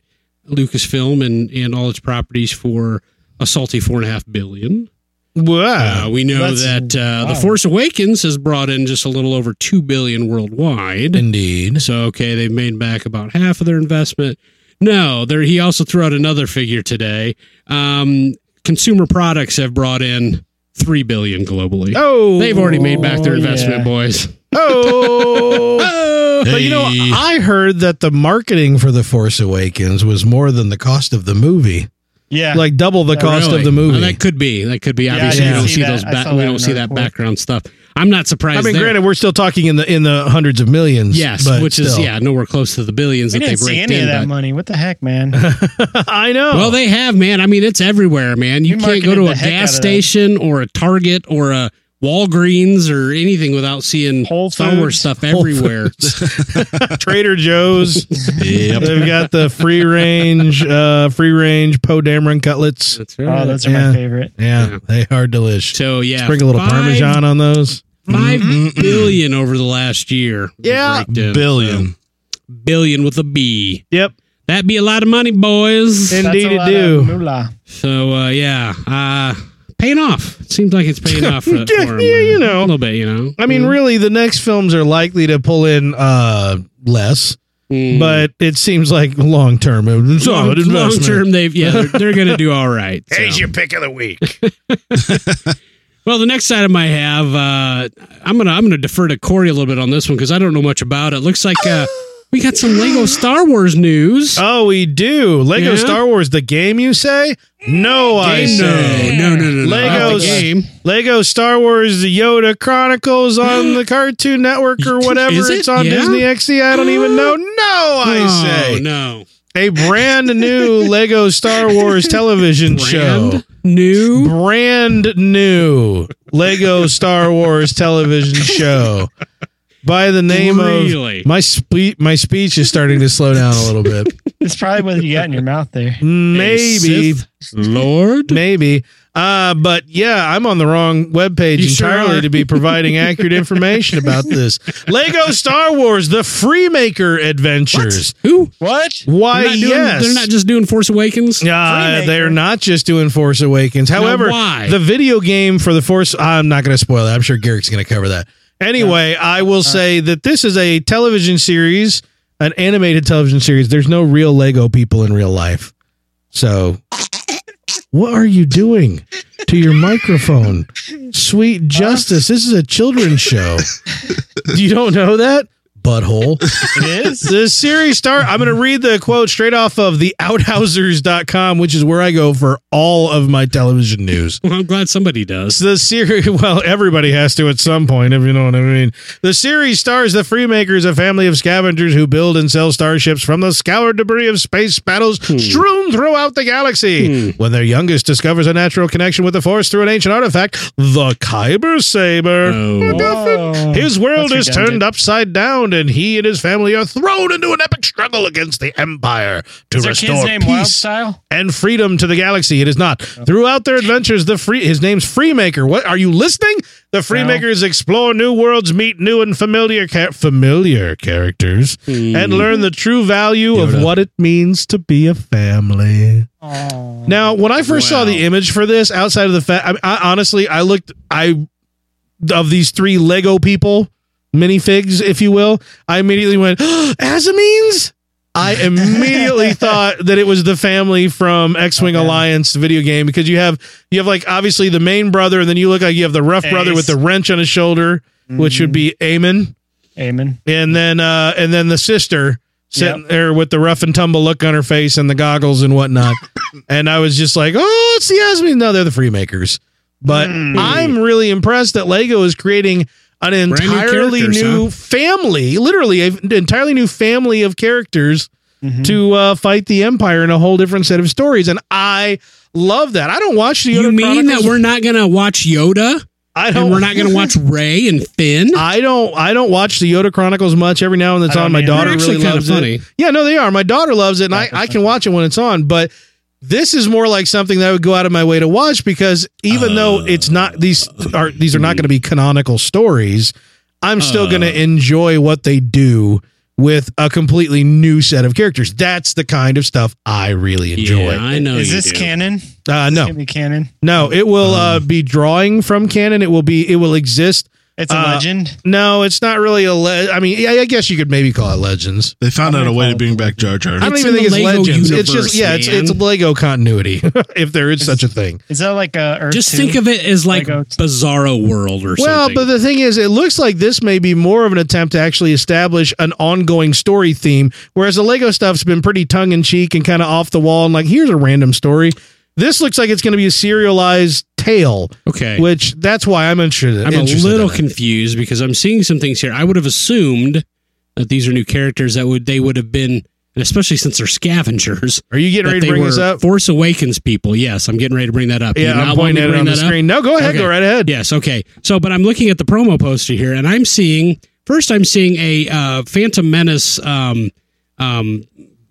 Lucasfilm and and all its properties for a salty four and a half billion. wow. Uh, we know That's- that uh, wow. the Force Awakens has brought in just a little over two billion worldwide. Indeed. So okay, they've made back about half of their investment. No, there he also threw out another figure today. Um, consumer products have brought in three billion globally. Oh. They've already made back their Oh, investment, yeah. boys. Oh. Oh, But you know, Hey. I heard that the marketing for The Force Awakens was more than the cost of the movie. Yeah. Like double the cost of the movie. that could be. That could be. I Obviously, didn't we don't see see that. those. I Ba- saw we that don't in see the that report. background stuff. I'm not surprised. I mean, there. granted, we're still talking in the in the hundreds of millions. yes, but which is still. yeah, nowhere close to the billions we that didn't they've see raked any in. of that but- money. What the heck, man? Oh, I know. Well, they have, man. I mean, it's everywhere, man. You They can't go marketed to the a heck out of gas that. station or a Target or a Walgreens or anything without seeing Whole Star Wars Foods. stuff everywhere. Trader Joe's. Yep. They've got the free range, uh, free range Poe Dameron cutlets. That's oh, those are Yeah. my favorite. Yeah, they are delish. So yeah, Sprinkle a little five- parmesan Mm-hmm. on those. five billion over the last year. was Yeah. raked in. Billion. So, billion with a B. Yep. That'd be a lot of money, boys. And- That's Indeed a it lot do. of moolah. so uh, yeah, uh, paying off. It seems like it's paying off. For, Yeah, for 'em, yeah, you man. know. a little bit. You know, Mm. I mean, really, the next films are likely to pull in uh, less, Mm. but it seems like long term, it was a solid long, long investment. term, they've yeah, they're, they're going to do all right. so. pick of the week. Well, the next item I have, uh, I'm gonna I'm gonna defer to Corey a little bit on this one because I don't know much about it. Looks like uh, we got some Lego Star Wars news. Oh, we do Lego Yeah? Mm. Star Wars, the game you say? No, I Game- say. no, no, no, no, no, not the Legos. game. Lego Star Wars, the Yoda Chronicles on the Cartoon Network or whatever. Is it? It's on Yeah? Disney XD. I don't even know. No, I say. Oh, no a brand new Lego Star Wars television show. brand new. Brand new Lego Star Wars television show by the name Really? of my spe- my speech is starting to slow down a little bit. It's probably what you got in your mouth there. Maybe, Sith Lord. maybe. Uh, but yeah, I'm on the wrong webpage You sure entirely are. to be providing accurate information about this. Lego Star Wars: The Freemaker Adventures. Who? What? Why? They're not, doing, yes, they're not just doing Force Awakens. Uh, Freemaker. they're not just doing Force Awakens. However, why? the video game for the Force, I'm not going to spoil that. I'm sure Garrick's going to cover that. Anyway, I will say that this is a television series, an animated television series. There's no real Lego people in real life. So, what are you doing to your microphone? Sweet Justice, this is a children's show. you don't know that? butthole. It is. The series start. I'm going to read the quote straight off of the outhousers.com, which is where I go for all of my television news. Well, I'm glad somebody does. The series, well, everybody has to at some point, if you know what I mean. The series stars the Freemakers, a family of scavengers who build and sell starships from the scoured debris of space battles strewn throughout the galaxy. When their youngest discovers a natural connection with the Force through an ancient artifact, the Kyber Saber. Oh. Whoa. His world That's is turned redundant. upside down, and he and his family are thrown into an epic struggle against the Empire to Is their kid's restore name Wild peace Style? and freedom to the galaxy. It is not. Throughout their adventures, the free his name's Freemaker. What are you listening? The Freemakers explore new worlds, meet new and familiar cha- familiar characters, hmm. and learn the true value of what it means to be a family. Oh. Now, when I first saw the image for this, outside of the fact, I, I honestly, I looked, I of these three Lego people minifigs, if you will, I immediately went Azamines. I immediately thought that it was the family from X-wing Okay. Alliance video game because you have you have like obviously the main brother, and then you look like you have the rough brother Ace. Mm-hmm. with the wrench on his shoulder, Mm-hmm. which would be Amon, Amen. and then uh and then the sister sitting there with the rough and tumble look on her face and the goggles and whatnot. and I was just like, oh, it's the Asmin. No, they're the Freemakers. But I'm really impressed that Lego is creating an Mm. new entirely characters, new huh? family, literally an entirely new family of characters Mm-hmm. Mhm. to uh, fight the Empire in a whole different set of stories. And I love that. I don't watch the You Yoda mean that Chronicles. we're not gonna watch Yoda I don't. and we're not gonna watch Ray and Finn? I don't. I don't watch the Yoda Chronicles much. Every now and then it's I don't on. My either. daughter They're actually really kinda loves funny. it. Yeah, no, they are. My daughter loves it, and I, I can watch it when it's on. But this is more like something that I would go out of my way to watch because even though it's not these are these are not going to be canonical stories, I'm still going to enjoy what they do with a completely new set of characters. That's the kind of stuff I really enjoy. Yeah, I know. Is you this do. canon? Uh, no, Can be canon. no, it will uh, be drawing from canon. It will be. It will exist. It's a Uh, legend. No, it's not really a. Le- I mean, yeah, I guess you could maybe call it legends. They found out a way to bring back Jar Jar. I don't It's even in think it's the Lego legends. it's universe, just yeah, it's it's man. Lego continuity, if there is such a thing. Is that like a Earth Just two? think of it as like Lego. Bizarro World or Well, something. but the thing is, it looks like this may be more of an attempt to actually establish an ongoing story theme, whereas the Lego stuff's been pretty tongue in cheek and kind of off the wall and like here's a random story. This looks like it's going to be a serialized tale, okay. which that's why I'm interested. I'm a interested little in it. confused because I'm seeing some things here. I would have assumed that these are new characters that would they would have been, and especially since they're scavengers. Are you getting that ready to they bring were this up? Force Awakens people. Yes, I'm getting ready to bring that up. Do you Yeah, not I'm want me pointing to at it bring on the that up? screen. No, go ahead, Okay. go right ahead. Yes, okay. So, but I'm looking at the promo poster here, and I'm seeing first. I'm seeing a uh, Phantom Menace. Um, um,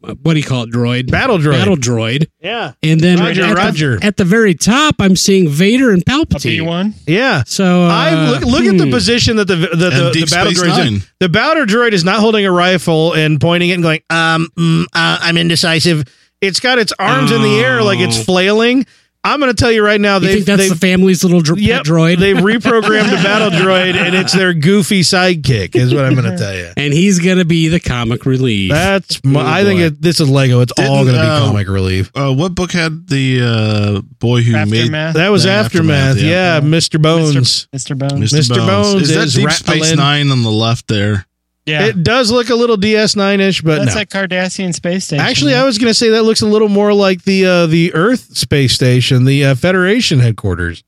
what do you call it? Droid. Battle droid. Battle droid. Yeah, And then Roger, at, Roger. The, at the very top, I'm seeing Vader and a B Palpatine. one. yeah. So uh, I look, look at the hmm. position that the the, the, And the Deep battle Space droid is in. Nine. The battle droid is not holding a rifle and pointing it and going, um, mm, uh, I'm indecisive. It's got its arms in the air like it's Oh. flailing. I'm going to tell you right now, You they've think that's they've, the family's little dro- pet yep, droid? they've reprogrammed the battle droid and it's their goofy sidekick is what I'm going to tell you. and he's gonna be the comic relief. That's my, I think Oh, boy. it, this is Lego. It's all going Didn't, to be uh, comic relief. Uh, what book had the uh, boy who made Aftermath. That was that aftermath. Aftermath, Yeah, yeah. Mr. Bones. Mr. Bones. Mr. Bones Is that is Deep Rat Space Allen. Nine on the left there? Yeah. It does look a little DS9 ish, but That's no. like Cardassian space station. Actually, I was going to say that looks a little more like the uh, the Earth space station, the uh, Federation headquarters.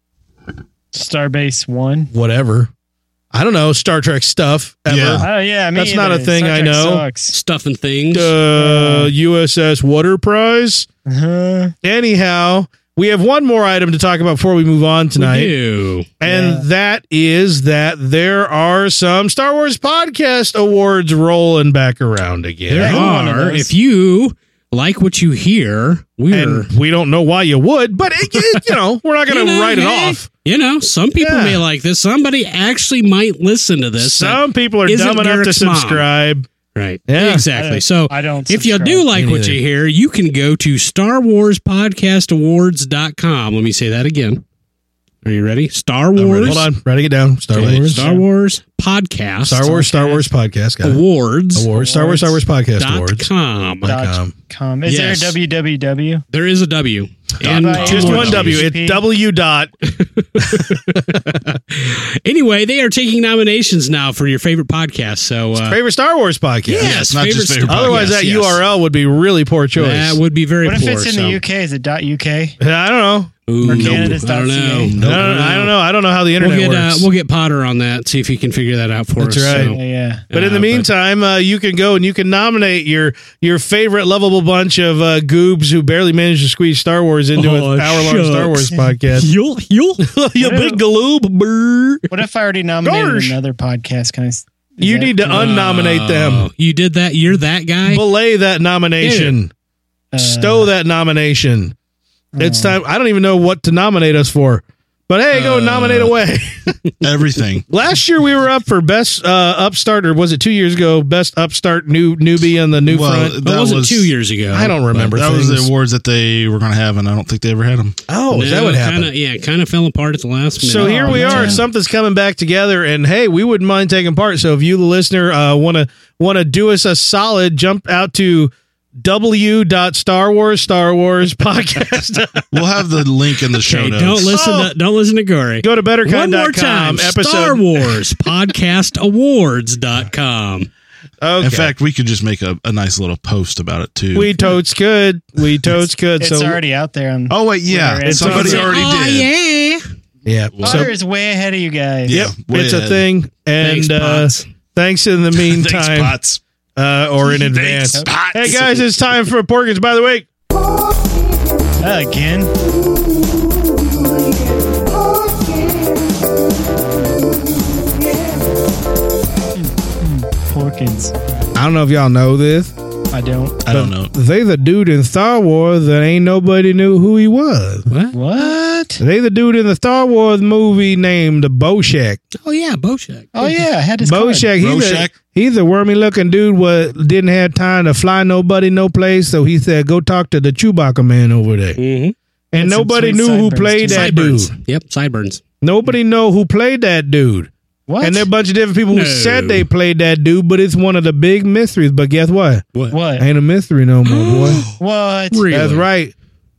Starbase one. Whatever. I don't know Star Trek stuff ever. Yeah. Oh yeah, me That's not either. a thing Star I Trek know. Sucks. Stuff and things. Uh, USS Water Prize. Uh-huh. Anyhow, we have one more item to talk about before we move on We tonight, do. and Yeah. that is that there are some Star Wars podcast awards rolling back around again. There Yeah, I'm one of are. those. If you like what you hear, we're And we don't know why you would, but it, it- you know we're not going to You know, write it hey, off. You know, some people Yeah. may like this. Somebody actually might listen to this. Some people are isn't dumb enough to Eric's mom. subscribe. right. Yeah. I Exactly. don't- So I don't. if you subscribe. do like Me what neither. you hear, you can go to Star Wars Podcast Awards.com. Let me say that again. Are you ready? Star I'm Wars. ready. Hold on, writing it down. Star Okay, Wars. Star Wars Podcast. Star Wars, Star Wars podcast. Got it. Awards. Awards. Star Wars, Star Wars podcast Dot awards. com. Dot Dot com. com. Is Yes. there a www? There is a W. And Dot- two Just more one Awards. W. Ws. It's W dot Anyway, they are taking nominations now for your favorite podcast. So uh, Favorite Star Wars podcast. yes, not just favorite stuff. Otherwise, Yes, that yes. URL would be really poor choice. that would be very What if poor. it's in so- the UK? Is it dot .uk? I don't know. Ooh, or nope. Canada's I don't dot I know. CA? don't, I don't know. I don't know how the We'll internet get uh, works. we'll get Potter on that. See if he can figure that out for That's us. right. so- Yeah, yeah. but in uh, the meantime, uh, you can go and you can nominate your your favorite lovable bunch of uh, goobs who barely managed to squeeze Star Wars into Aw, an hour long Oh, shucks. Star Wars podcast. You'll you'll you big galoob brr. What if I already nominated Gosh. another podcast? Can I? s- is You that- need to unnominate Oh, them. You did that. You're that guy. Belay that nomination. uh, Stow that nomination. It's oh. time. I don't even know what to nominate us for. But hey, go Uh, nominate away. Everything. Last year we were up for best uh, upstart, or was it two years ago? Best upstart new newbie on the new Well, front. that wasn't two years ago. I don't remember. That was things. the awards that they were going to have, and I don't think they ever had them. oh, is that No, what happened? Kinda, yeah, kind of fell apart at the last minute. So Oh, here we man. are. Something's coming back together, and hey, we wouldn't mind taking part. So if you, the listener, uh, want to want to do us a solid, jump out to w dot star wars star wars podcast We'll have the link in the show okay, notes. don't listen. Oh. To, don't listen to Gory. go to One more time. betterkind.com episode Star Wars Podcast Awards.com. okay. In fact, we could just make a, a nice little post about it too. we totes could we totes could It's so already out there. On, Oh wait, yeah, It's somebody on- already oh, did. yeah. yeah Potter so is way ahead of you guys. Yeah. yep way it's a ahead. thing and Thanks, uh Potts. thanks in the Thanks, meantime Potts. uh, or in advance. Thanks, Potts. Hey guys, it's time for Porkins by the Week. Again. Porkins. I don't know if y'all know this. I don't. I don't know. They the dude in Star Wars that ain't nobody knew who he was. What? They the dude in the Star Wars movie named Boshek. Oh yeah, Boshek. Oh yeah, I had his card. Boshek, he's a, Boshek? he's a wormy looking dude what didn't have time to fly nobody no place, so he said go talk to the Chewbacca man over there. Mm-hmm. And That's some nobody sweet knew who sideburns, played too. that Sideburns. dude. Yep, sideburns. Nobody know who played that dude. What? And there are a bunch of different people No. who said they played that dude, but it's one of the big mysteries. But guess what? what? Ain't a mystery no more, boy. What? Really? That's right.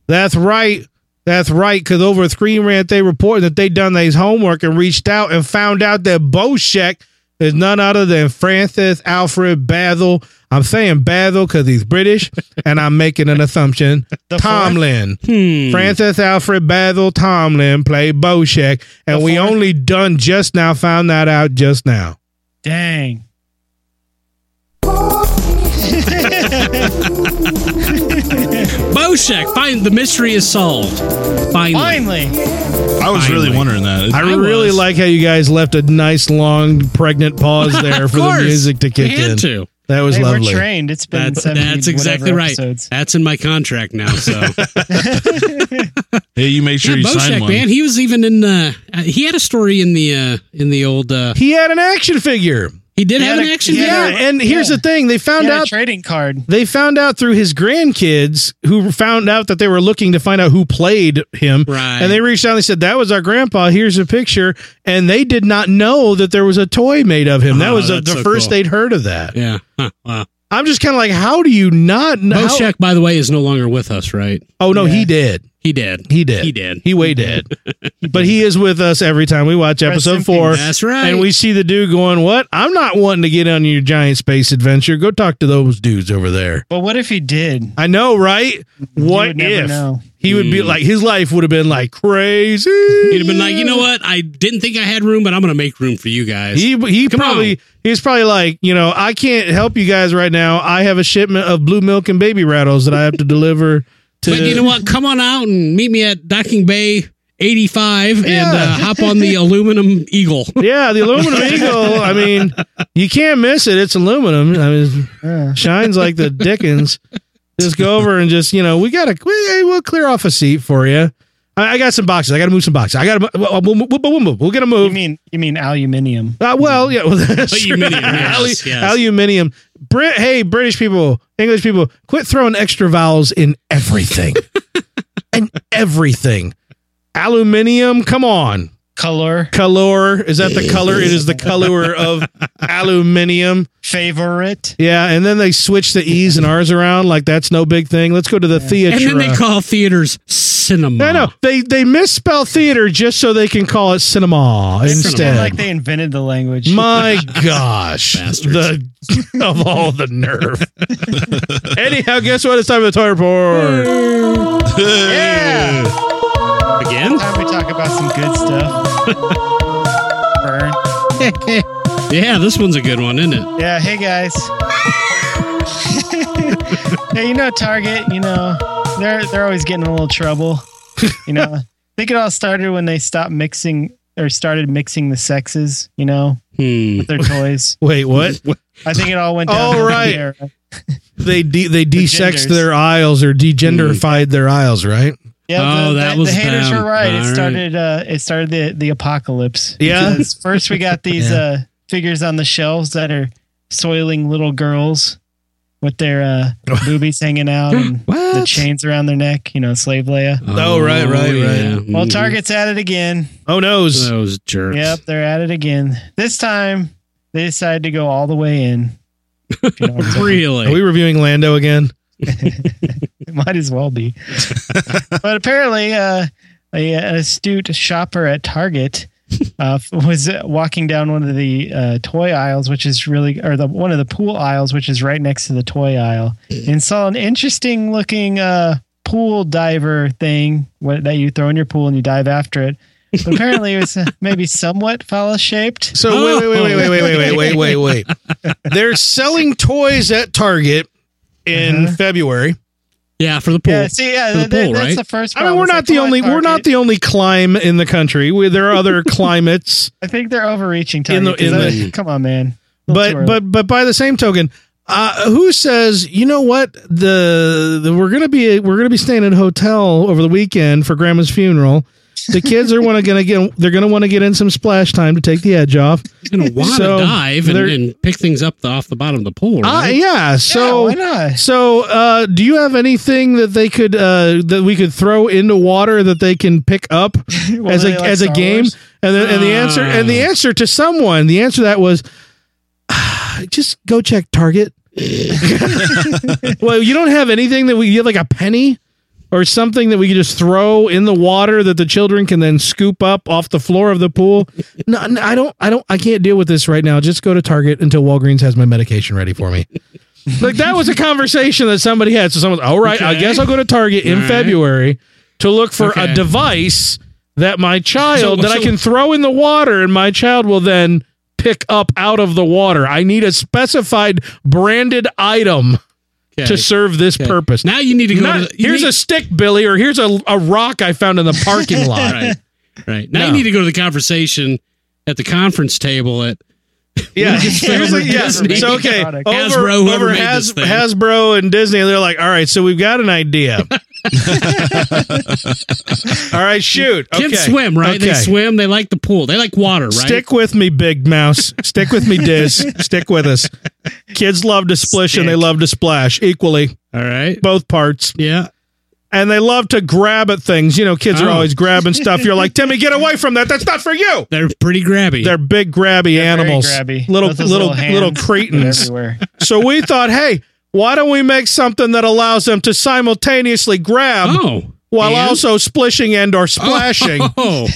That's right. That's right. Because over at Screen Rant, they reported that they done their homework and reached out and found out that Boshek is none other than Francis Alfred Basil. I'm saying Basil because he's British, and I'm making an assumption. The Tomlin. Hmm. Francis Alfred Basil Tomlin played Boshek, and The we fourth? only done just now, found that out just now. Dang. Boshek. Fine. The mystery is solved. Finally. Finally. I was really Finally. wondering that. I, I really was. like how you guys left a nice long pregnant pause there Of for the course. music to We kick had in. to. That was Hey, we're lovely. trained. It's been That's 70 that's exactly whatever right. episodes. That's in my contract now. So Hey, you make sure yeah, you sign Boshek, one. man, he was even in. Uh, uh, he had a story in the uh, in the old. Uh, He had an action figure. he did He have had an a- action. he figure. Yeah, Yeah, and here's yeah. the thing: they found Yeah, out trading card. they found out through his grandkids, who found out that they were looking to find out who played him. Right. And they reached out and they said, "That was our grandpa. Here's a picture." And they did not know that there was a toy made of him. that Oh, was the that's the so first cool. they'd heard of that. Yeah. Huh. Wow. I'm just kind of like, how do you not know? Boshek, by the way, is no longer with us, right? oh no, Yeah. he did. He did. He did. He did. He way did. but he is with us every time we watch Rest in episode peace. four. That's right. And we see the dude going, What? I'm not wanting to get on your giant space adventure. Go talk to those dudes over there. But what if he did? I know, right? What you would if Never know. he would be Hmm. like, his life would have been like crazy. He'd have been like, you know what? I didn't think I had room, but I'm going to make room for you guys. He, he Come probably on. he was probably like you know I can't help you guys right now I have a shipment of blue milk and baby rattles that I have to deliver to but you know what? Come on out and meet me at Docking Bay 85 and uh, Yeah. hop on the aluminum eagle. yeah the aluminum eagle I mean you can't miss it it's aluminum I mean Uh, shines like the dickens. Just go over and just you know we gotta we, hey, we'll clear off a seat for you. I, I got some boxes. I gotta move some boxes. I gotta we'll, we'll, we'll, we'll move. We'll get a you move. mean you mean aluminium? Uh, well, yeah, well, that's Aluminium, true. yes, Alu- yes. aluminium. Brit, hey, British people, English people, quit throwing extra vowels in everything. and everything. Aluminium, come on. Color Color is that the color? It is the color of aluminium. favorite. Yeah, and then they switch the E's and R's around like that's no big thing. Let's go to the and theater. then they call theaters cinema. uh, I know they they misspell theater just so they can call it cinema It's instead. like they invented the language. My gosh, the of all the nerve. Anyhow, guess what? It's time for the toy report. Yeah. again. Time we talk about some good stuff. Burn. Yeah, this one's a good one, isn't it? Yeah, hey guys. yeah, you know Target, you know, they're they're always getting in a little trouble. You know. I think it all started when they stopped mixing or started mixing the sexes, you know, Hmm. with their toys. Wait, what? I think it all went down. Oh, right. They de- they genders. desexed their aisles or degenderified their aisles, right? Yeah, Oh, the, that the, was the haters them. were right. All it right. started uh it started the the apocalypse. Yeah. Because first we got these Yeah. uh figures on the shelves that are soiling little girls with their uh boobies hanging out and the What? chains around their neck, you know, slave Leia. Oh, right, right, right. Well, Mhm. Target's at it again. Oh noes. Those jerks. Yep, they're at it again. This time they decided to go all the way in. If you know what I'm saying. Really? Are we reviewing Lando again? It might as well be. but apparently, uh, a, an astute shopper at Target uh, was walking down one of the uh, toy aisles, which is really, or the one of the pool aisles, which is right next to the toy aisle, and saw an interesting looking uh, pool diver thing what, that you throw in your pool and you dive after it. But apparently, it was uh, maybe somewhat phallus shaped. So wait, wait, wait, wait, wait, wait, wait, wait, wait, wait. They're selling toys at Target in Uh-huh. February. yeah, for the pool. Yeah, see, yeah, For the th- th- pool, that's right? the first. I mean, problem. we're It's not like, the come on, only we're not Target. the only climb in the country. We, there are other climates, I think they're overreaching. In Target, the- in 'cause I- the- come on, man. A little too but early. but but by the same token, uh, who says you know what the, the we're gonna be we're gonna be staying at a hotel over the weekend for Grandma's funeral. The kids are wanna gonna get they're gonna want to get in some splash time to take the edge off. You're gonna want to So, dive and, they're- and pick things up the, off the bottom of the pool. Uh, Right? yeah, so yeah, why not? So, uh, do you have anything that they could uh, that we could throw into water that they can pick up Well, as a they like as a Star game? Wars. And the, and the answer and the Ah. answer to someone, the answer to that was just go check Target. well, you don't have anything that we you have like a penny or something that we could just throw in the water that the children can then scoop up off the floor of the pool. No, no, I don't I don't I can't deal with this right now. Just go to Target until Walgreens has my medication ready for me. like that was a conversation that somebody had. So someone's all right, I Okay. guess I'll go to Target in All right. February to look for a Okay. device that my child So- that I so- can throw in the water and my child will then pick up out of the water. I need a specified branded item Okay. to serve this purpose. now you need to go. Not, to the, you here's need, a stick, Billy, or here's a, a rock I found in the parking lot. right, right. Now No. you need to go to the conversation at the conference table at Yeah. Here's a- yeah. So okay, over, Product. Hasbro, whoever over made Has, this thing. Hasbro and Disney, they're like, all right, so we've got an idea. all right, shoot. Okay. Kids swim, right? They Okay. swim. They like the pool. They like water, right? Stick with me, Big Mouse. Stick with me, Diz. Stick with us. Kids love to splish and they Stick. love to splash equally, All right. both parts. Yeah. And they love to grab at things. You know, kids are Oh. always grabbing stuff. You're like, Timmy, get away from that. That's not for you. They're pretty grabby. They're big, grabby Very animals. grabby. Little, Both little, those little, hands cretins. everywhere. so we thought, hey, why don't we make something that allows them to simultaneously grab oh. while and? also splishing and or splashing? Oh,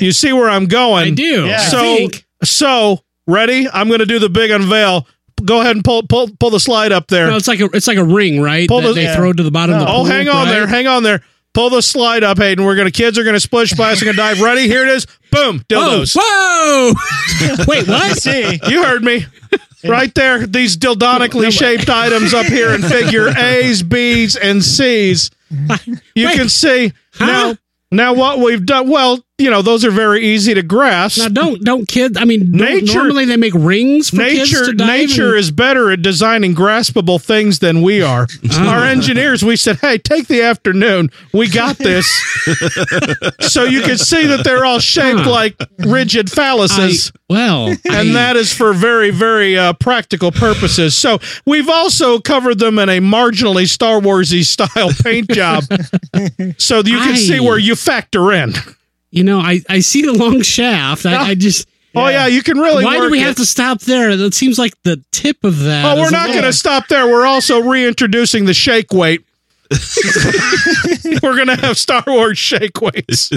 You see where I'm going? I do. Yeah. I So, think. so ready? I'm going to do the big unveil. Go ahead and pull pull pull the slide up there. No, it's like a it's like a ring, right? Pull that the- they Yeah. throw to the bottom. of the oh, pool, hang on right? there, hang on there. Pull the slide up, Hayden. We're gonna kids are gonna splish, splash, and dive. Ready? Here it is. Boom! Dildos. Oh, whoa! Wait, what? See, You heard me. Right there, these dildonically shaped items up here in figure A's, B's, and C's. You Wait. can see Huh? now. Now what we've done? Well, you know those are very easy to grasp. Now, don't don't kids. I mean, don't- Nature- normally they make rings for kids nature to dive nature in. is better at designing graspable things than we are our engineers we said hey take the afternoon we got this so you can see that they're all shaped Huh. like rigid I, phalluses well, I- and that is for very, very uh, practical purposes. So we've also covered them in a marginally Star Warsy style paint job, so that you can see I- where you factor in. you know, I I see the long shaft. I, I just Oh yeah, you can really. why do work we it. have to stop there? It seems like the tip of that. Oh, is we're a not little- going to stop there. We're also reintroducing the shake weight We're gonna have Star Wars shake weights.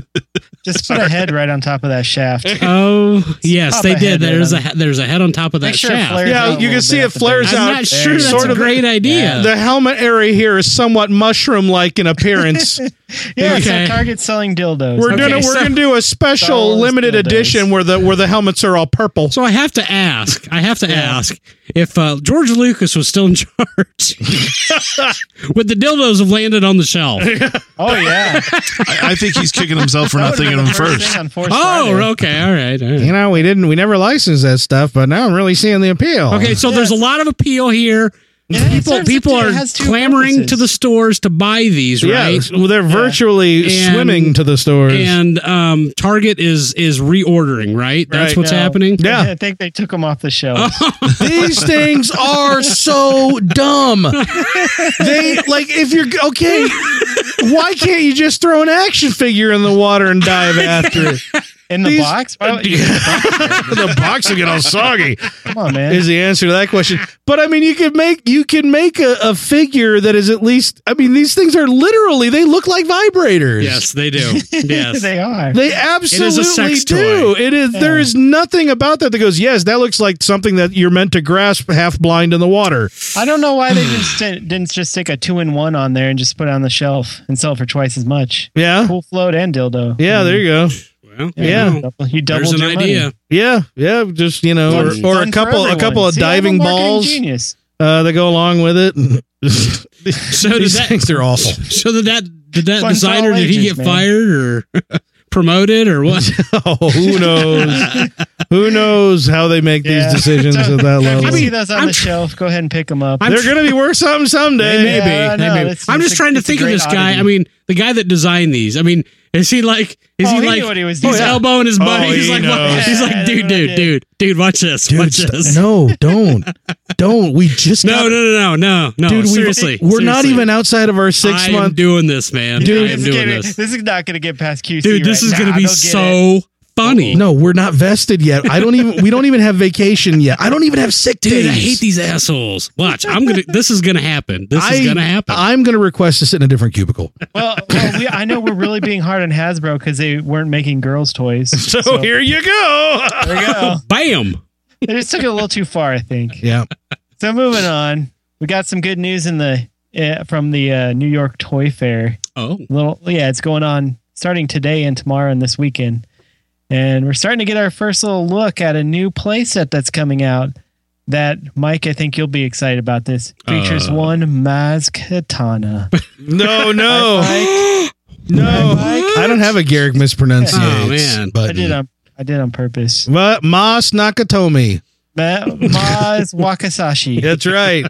Just put a head right on top of that shaft. Oh yes, Pop they a did. head There's in a there's a head on top of that Make sure it shaft. flares Yeah, out a you can little see bit it at the flares base. out. I'm not There sure you that's go. Sort a of- great idea. The helmet area here is somewhat mushroom-like in appearance. Yeah, it's Okay. a Target selling dildos. We're doing Okay, it. We're so- gonna do a Star special Wars limited dildos. edition where the where the helmets are all purple. So I have to ask. I have to ask if uh, George Lucas was still in charge, would the dildos have landed on the shelf? Oh yeah. I, I think he's kicking himself for not That would've thinking been of the him first. thing on Force Friday. oh, okay, all right. All right. You know, we didn't. We never licensed that stuff, but now I'm really seeing the appeal. Okay, so there's a lot of appeal here. Yeah, it people serves people two- it are has two clamoring purposes. to the stores to buy these, Yeah, right? well, they're virtually And- swimming to the stores. And um, Target is is reordering, right? Right. That's what's No. happening. Yeah. I think they took them off the shelf. These things are so dumb. They like if you're okay. Why can't you just throw an action figure in the water and dive after it? In the These- box? Why would you- the box will get all soggy. Come on, man. Is the answer to that question? But I mean, you could make you can make a, a figure that is at least. I mean, these things are literally they look like vibrators. Yes, they do. Yes. they are. They absolutely is a sex do. It is there Yeah. is nothing about that that goes, yes, that looks like something that you're meant to grasp half blind in the water. I don't know why they just didn't, didn't just stick a two in one on there and just put it on the shelf and sell it for twice as much. Yeah. Cool float and dildo. Yeah, there you go. well, Yeah. You double- You doubled There's an your idea. money. Yeah, yeah, just you know, Done- or, or done a for couple, a everyone. couple of See, I'm a diving marketing balls Genius. uh, that go along with it. So did These that- things are awful. So did that did that Fun for designer all did he ages, get man. fired or promoted or what? Oh, who knows? who knows how they make Yeah. these decisions at that If level? you see those on I'm the tr- shelf, go ahead and pick them up. I'm They're tr- going to be worth something someday. They may be. Yeah, I They know. may be. It's- I'm it's just a- trying to it's a think of great this guy. oddity. I mean, the guy that designed these. I mean, is he like? Is Oh, he he like? knew what he was he's doing. elbowing his buddy. Oh, he's he like, knows. he's Yeah, like, I dude, know what dude, I dude, dude, watch this, Dude, watch st- this. No, no, don't, don't. We just no, got- no, no, no, no. dude. we- seriously, we're not seriously. even outside of our six I am month doing this, man. Dude, I am this, is doing gonna- this, this is not going to get past QC. dude. This right is now. gonna be They'll get it. so funny. No, we're not vested yet. I don't even. We don't even have vacation yet. I don't even have sick days. Dude, I hate these assholes. Watch, I'm gonna. This is gonna happen. This I- is gonna happen. I'm gonna request to sit in a different cubicle. Well, well we, I know we're really being hard on Hasbro because they weren't making girls' toys. So, here you go. there you go. Bam. They just took it a little too far, I think. Yeah. So moving on, we got some good news in the uh, from the uh, New York Toy Fair. Oh, Little, yeah, it's going on starting today and tomorrow and this weekend, and we're starting to get our first little look at a new playset that's coming out. That Mike, I think you'll be excited about this. Features Uh. one Maz Katana. No, Oh. no, Mike, no. Mike. I don't have a Garrick mispronunciation. Oh, man. but I did on I did on purpose. But Mas Nakatomi. Ma- Maz Wakasashi. That's right.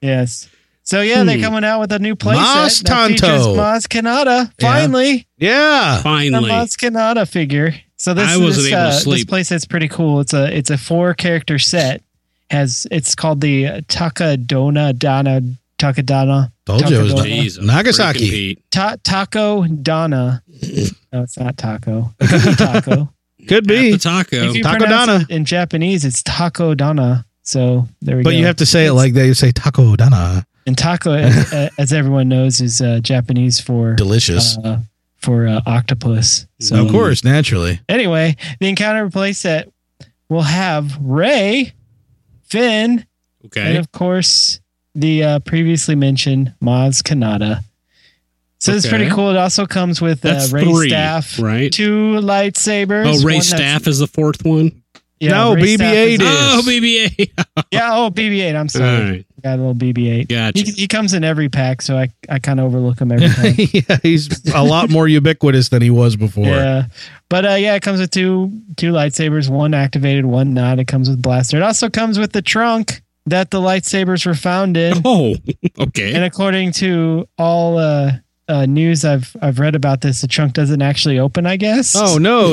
Yes. So yeah, they're coming out with a new playset. Mas that features Tonto. Maz Kanata. Finally, Yeah. the finally. Maz Kanata figure. So this I wasn't this, able to uh, sleep. This playset's pretty cool. It's a it's a four character set. Has it's called the uh, Takadona Donna Takadana Told you it was Taco Bell. not- Jeez, I'm Nagasaki. freaking Pete. Ta- Taco Donna. No, it's not taco. It could be taco. Could At be, the taco. If you Taco pronounce Donna. it in Japanese, it's Taco Donna. So there we go. but you have to say it like that. You say Taco Dana. and taco, as, uh, as everyone knows, is uh, Japanese for Delicious. uh, for uh, octopus. So of course, naturally. Anyway, the encounter playset will have Ray, Finn, and okay. of course the uh, previously mentioned Maz Kanata. So it's Okay. pretty cool. It also comes with uh, That's Ray three, staff, right? two lightsabers. Oh, Ray one that's- Staff is the fourth one. Yeah, No, Ray Staff BB-8 is- is- Oh, BB-8. Yeah, oh BB-8. I'm All sorry, right, got a little BB-8. gotcha. He, he comes in every pack, so I I kind of overlook him every time. yeah, he's a lot more ubiquitous than he was before. Yeah, but uh, yeah, it comes with two two lightsabers, one activated, one not. It comes with blaster. It also comes with the trunk Oh, that the lightsabers were found in, Oh, okay. and according to all uh, uh, news I've I've read about this, the trunk doesn't actually open. I guess. Oh no!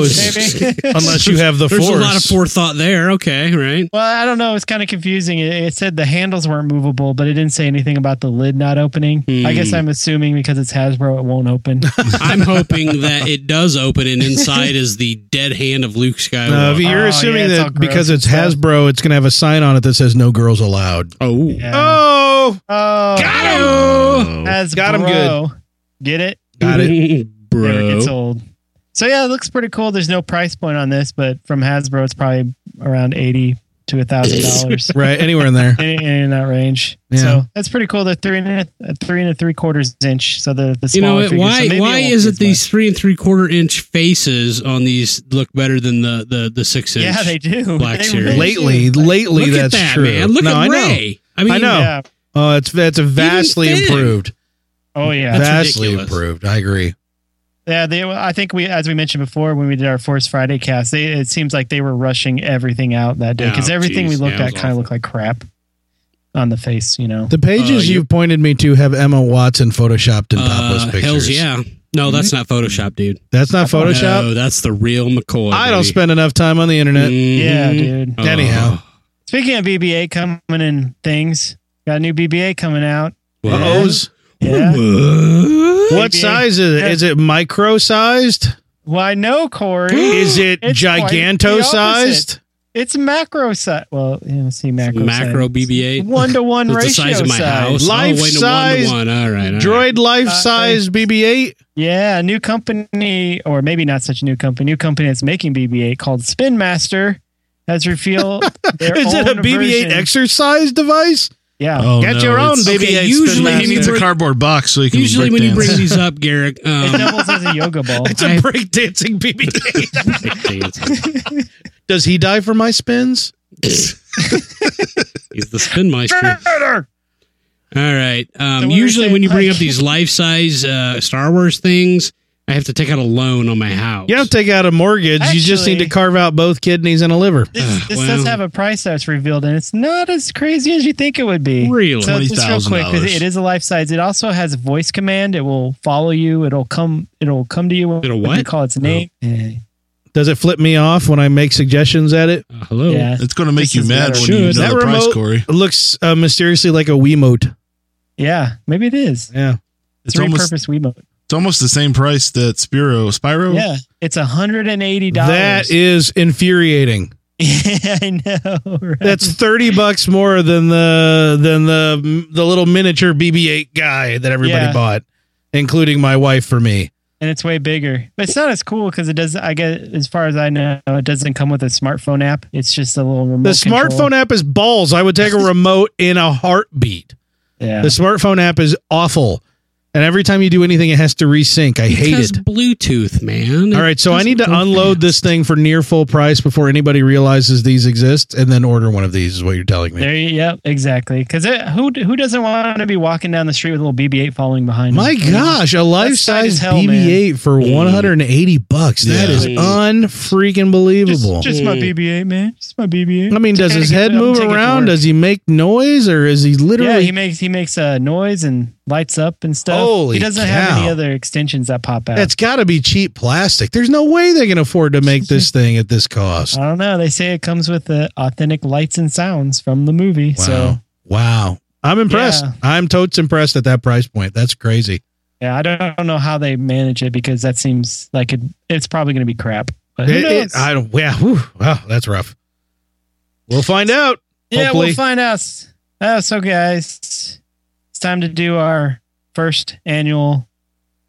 Maybe. Unless you have the There's force. a lot of forethought there. Okay, right. Well, I don't know. It's kind of confusing. It, it said the handles weren't movable, but it didn't say anything about the lid not opening. I Hmm. guess I'm assuming because it's Hasbro, it won't open. I'm hoping that it does open, and inside is the dead hand of Uh, Luke Skywalker. you're Oh, yeah, assuming it's all that gross because and it's stuff. Hasbro, it's gonna have a sign on it that says "No girls allowed." oh, Yeah. Oh, Oh, got him! Hasbro. Got 'em Get it? Got it. Never bro. gets old. So yeah, it looks pretty cool. There's no price point on this, but from Hasbro, it's probably around eighty to a thousand dollars. Right, anywhere in there. In, in that range, Yeah. so that's pretty cool. They're three and a, a three and a three quarters inch, so the the You know smaller what? figures. So Why? maybe why won't is it be as much. these three and three quarter inch faces on these look better than the the the six inch? Yeah, they do. Black They Series. really Lately, do. lately, Look at that's that, true. man. Look no, at I know. Ray. I mean, I know. Yeah. Oh, it's that's a vastly Even thin. improved. Oh yeah. That's vastly ridiculous. improved. I agree. Yeah, they. I think we, as we mentioned before, when we did our Force Friday cast, they, it seems like they were rushing everything out that day because Oh, everything geez. we looked Yeah, it at was kind awful. of looked like crap on the face. You know, The pages Uh, you- you pointed me to have Emma Watson photoshopped in topless uh, pictures. Hells yeah. No, that's not Photoshop, dude. That's not Photoshop. No, that's the real McCoy. I don't baby. spend enough time on the internet. Mhm. yeah, dude. Oh. Anyhow. Speaking of BBA coming in things, got a new BBA coming out. What? Uh-ohs. Yeah. What? What BBA. size is it? Yeah. Is it micro sized? Well, I know Corey. Is it It's quite the giganto sized? it's macro size. Well, you know, see macro Macro BB-8. one to one It's ratio the size of my house. Life oh, wait, size No, one to one. All right. all right. Droid life size BB 8? Yeah, a new company, or maybe not such a new company, new company that's making BB-8 called Spin Master has revealed their Is it a own BB 8 version. exercise device? Yeah, Oh, Get no, your own it's- BB 8. Okay, usually He when you needs a bring- cardboard box so he can. Usually when you breakdance. bring these up, Garrick. it Um, doubles as a yoga ball. it's a I- breakdancing BB 8. He's Does he die for my spins? the spin meister. Murder! All right. Um, So we were usually saying, when you bring like- up these life size uh, Star Wars things, I have to take out a loan on my house. You don't take out a mortgage. you just need Actually- to carve out both kidneys and a liver. This, this Wow. does have a price that's revealed, and it's not as crazy as you think it would be. Really? So just real quick, 'cause $20,000. it is a life size. It also has voice command. It will follow you. It'll come. It'll come to you. when It'll you what? call its name. Oh. Eh, Does it flip me off when I make suggestions at it? Uh, hello. Yeah, It's going to make This you is mad better. when you know Should. That the remote- price, Corey. It looks uh, mysteriously like a Wiimote. yeah. Maybe it is. Yeah. It's It's repurposed almost Wiimote. it's almost the same price that Spiro Spyro. Yeah, it's hundred and eighty dollars. That is infuriating. Yeah, I know. right? That's 30 bucks more than the than the the little miniature BB8 guy that everybody Yeah. bought, including my wife for me. and it's way bigger, but it's not as cool because it does. I guess as far as I know, it doesn't come with a smartphone app. It's just a little remote. The smartphone app is balls. I would take a remote in a heartbeat. Yeah. The smartphone app is awful. And every time you do anything, it has to resync. I hate Because it. Bluetooth, man. All right, so I need to Doesn't go unload this thing for near full price before anybody realizes these exist, and then order one of these. Is what you're telling me? There you, yep, exactly. Because who who doesn't want to be walking down the street with a little BB-8 following behind? My them? gosh, a life tight size as hell, BB-8 for Mm. 180 bucks. That Yeah. is unfreaking believable. Just, just my BB-8, man. Just my BB-8. I mean, does his head I'm move taking it to around? work. Does he make noise, or is he yeah, literally? he makes he makes a noise and lights up and stuff. Holy he doesn't have any cow. other extensions that pop out. that's got to be cheap plastic. There's no way they can afford to make this thing at this cost. I don't know. They say it comes with the authentic lights and sounds from the movie. Wow. So wow. I'm impressed. Yeah. I'm totes impressed at that price point. That's crazy. yeah, I don't, I don't know how they manage it because that seems like it. It's probably going to be crap. But who It- it- knows? I don't. Yeah. whew, wow. That's rough. We'll find out. yeah, hopefully. we'll find out. Uh, so, guys, it's time to do our first annual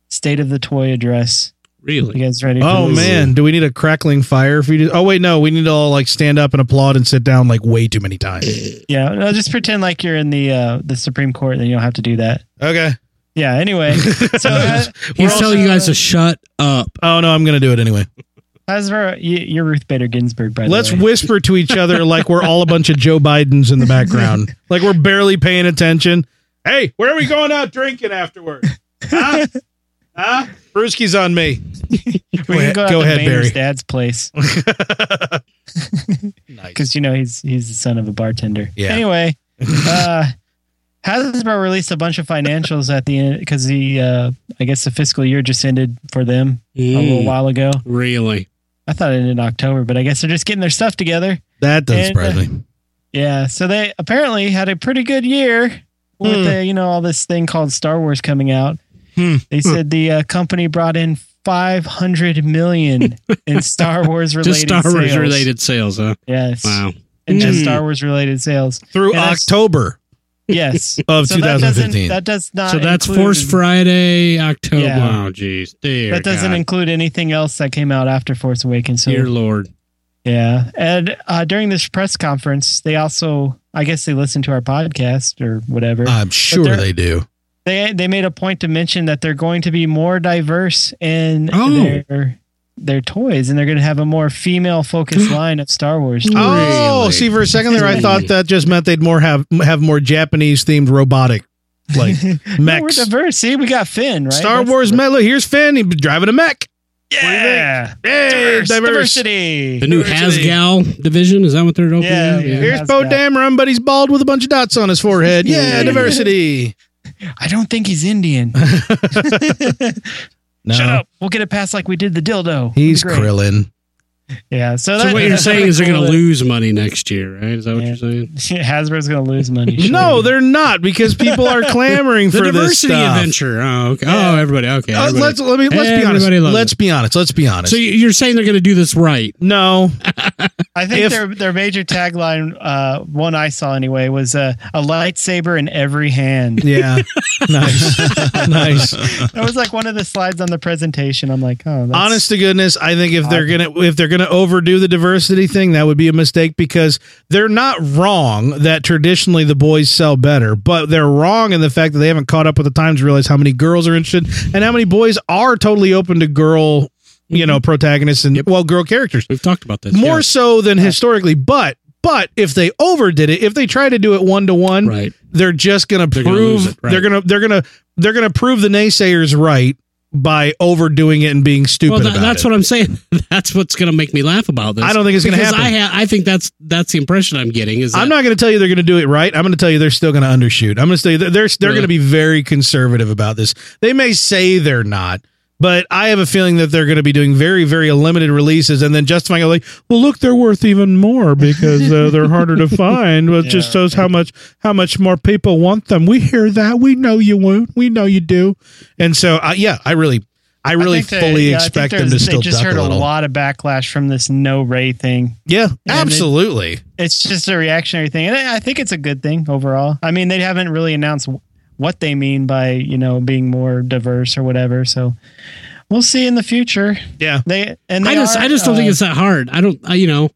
State of the Toy address. You Really? guys ready? for Oh this? man, do we need a crackling fire for you? To, oh wait, no. We need to all like stand up and applaud and sit down like way too many times. Yeah, no, just pretend like you're in the uh, the Supreme Court, then you don't have to do that. Okay. Yeah. Anyway, so uh, He's We're telling also- you guys to shut up. Oh no, I'm gonna do it anyway. Hasbro, you, you're Ruth Bader Ginsburg, by the Let's way. whisper to each other like we're all a bunch of Joe Bidens in the background, like we're barely paying attention. Hey, where are we going out drinking afterward? Huh? huh? Brewski's on me. We can go, Go out ahead, to Barry. Boehner's dad's place Nice. because you know he's he's the son of a bartender. Yeah. Anyway, uh, Hasbro released a bunch of financials at the end because the uh, I guess the fiscal year just ended for them a little Mm, while ago. really? I thought it ended in October, but I guess they're just getting their stuff together. That And, doesn't uh, surprise me. Yeah, so they apparently had a pretty good year with Hmm. the, you know all this thing called Star Wars coming out. Hmm. They said the uh, company brought in 500 million in Star Wars related Just Star Wars sales. related sales, huh? Yes. Wow. And just Hmm. Star Wars related sales. through And that's- October Yes. of So that doesn't- 2015. That, does not So that's include- Force Friday, October. uh, Yeah. Wow, jeez, dear. That doesn't God, include anything else that came out after Force Awakens. So dear Lord. Yeah. And uh, during this press conference, they also, I guess they listened to our podcast or whatever. I'm sure they're- they do. they they made a point to mention that they're going to be more diverse in Oh. their their toys, and they're going to have a more female focused line of Star Wars. toys. Oh, Really? see, for a second there, I Really? thought that just meant they'd more have have more Japanese themed robotic like No, we're mechs. diverse. See, we got Finn, right? Star That's Wars the- Mello. Here's Finn. He's driving a mech. Yeah, Hey, Diverse, diverse. diversity. The new Diversity. Hasgal division is that what they're opening? Yeah, up? yeah. Here's How's Bo that? Dameron, but he's bald with a bunch of dots on his forehead. Yeah, Yeah. diversity. I don't think he's Indian. Uh-huh. No, Shut up. We'll get it past like we did the dildo. he's Great. Krillin. Yeah. So, So that- what you're saying is they're going to that- lose money next year, right? Is that what Yeah. you're saying? Hasbro's going to lose money. sure. No, they're not because people are clamoring The for this diversity stuff. adventure. Oh, okay. Yeah. Oh, everybody. Okay. Uh, everybody. let's let me let's be honest. Everybody loves Let's be honest. Let's be honest. so you- you're saying they're going to do this right? no, I think If- their their major tagline, uh, one I saw anyway, was uh, a lightsaber in every hand. yeah, nice, nice. that was like one of the slides on the presentation. I'm like, oh, that's, honest to goodness i think if they're gonna if they're gonna overdo the diversity thing that would be a mistake because they're not wrong that traditionally the boys sell better but they're wrong in the fact that they haven't caught up with the times to realize how many girls are interested and how many boys are totally open to girl you know protagonists and well girl characters We've talked about this. more so than historically but but if they overdid it if they try to do it one to yeah. one right. they're just gonna They're gonna prove lose it, right. they're gonna they're gonna they're gonna prove the naysayers right by overdoing it and being stupid Well, tha- about that's it. what I'm saying. That's what's going to make me laugh about this. I don't think it's gonna Because happen. I ha- I think that's that's the impression I'm getting. Is that, I'm not going to tell you they're going to do it right. I'm going to tell you they're still going to undershoot. I'm going to tell you they're they're, they're Really? going to be very conservative about this. They may say they're not, but I have a feeling that they're going to be doing very very limited releases and then justifying it like, well, look, they're worth even more because uh, they're harder to find. Well, it just Yeah, shows how much how much more people want them. We hear that. We know you won't. We know you do. And so, uh, yeah, I really. I really think they- fully yeah, I think expect them there's- to still They just duck heard a a, little. lot of backlash from this no Ray thing. Yeah, they- absolutely. It's just a reactionary thing, and I I think it's a good thing overall. I mean, they haven't really announced wh- what they mean by you know being more diverse or whatever. So we'll see in the future. Yeah. They and they I just are, I just don't uh, think it's that hard. I don't. I, you know,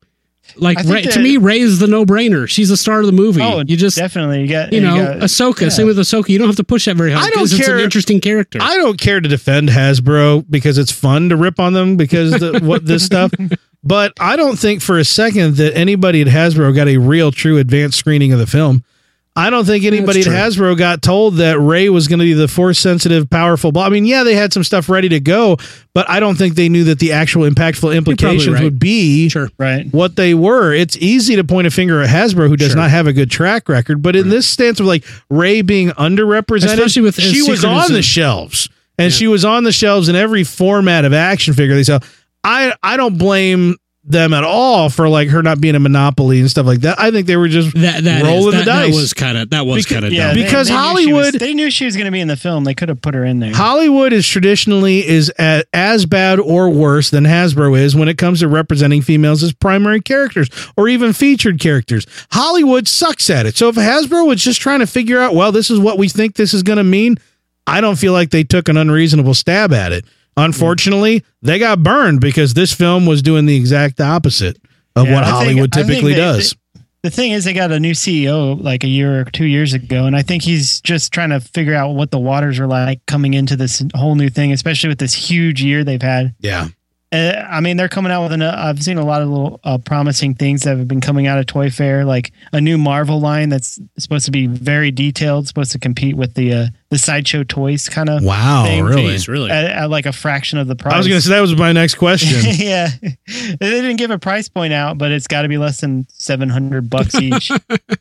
like I think Ray, that- to me, Ray is the no brainer. She's the star of the movie. Oh, you just definitely you got you know got- Ahsoka. Same with Ahsoka. You don't have to push that very hard. I don't 'cause It's care- an interesting character. I don't care to defend Hasbro because it's fun to rip on them because the, what this stuff. But I don't think for a second that anybody at Hasbro got a real, true advanced screening of the film. I don't think anybody at That's Hasbro got told that Ray was going to be the force sensitive, powerful. Blah. I mean, yeah, they had some stuff ready to go, but I don't think they knew that the actual impactful implications right. would be sure. right. what they were. It's easy to point a finger at Hasbro, who does Sure. not have a good track record. But in this stance of like Ray being underrepresented, Especially with uh, his she was on secretism. the shelves, and Yeah. she was on the shelves in every format of action figure they sell. I I don't blame them at all for like her not being a monopoly and stuff like that. I think they were just That that Rolling is, the that, that dice. was kind of that was Because- kind of Yeah, dumb. they- Because they knew she Hollywood- was- they knew she was going to be in the film. They could have put her in there. Hollywood is traditionally is a as bad or worse than Hasbro is when it comes to representing females as primary characters or even featured characters. Hollywood sucks at it. So if Hasbro was just trying to figure out, well, this is what we think this is going to mean, I don't feel like they took an unreasonable stab at it. Unfortunately, they got burned because this film was doing the exact opposite of Yeah, what I think- Hollywood I think typically they- does. The thing is, they got a new CEO like a year or two years ago, and I think he's just trying to figure out what the waters are like coming into this whole new thing, especially with this huge year they've had. yeah. Uh, I mean, they're coming out with an. Uh, I've seen a lot of little uh, promising things that have been coming out of Toy Fair, like a new Marvel line that's supposed to be very detailed, supposed to compete with the uh, the sideshow toys kind of Wow, Thing. really? Jeez, really? at, at like a fraction of the price. I was going to say that was my next question. yeah, they didn't give a price point out, but it's got to be less than seven hundred bucks each.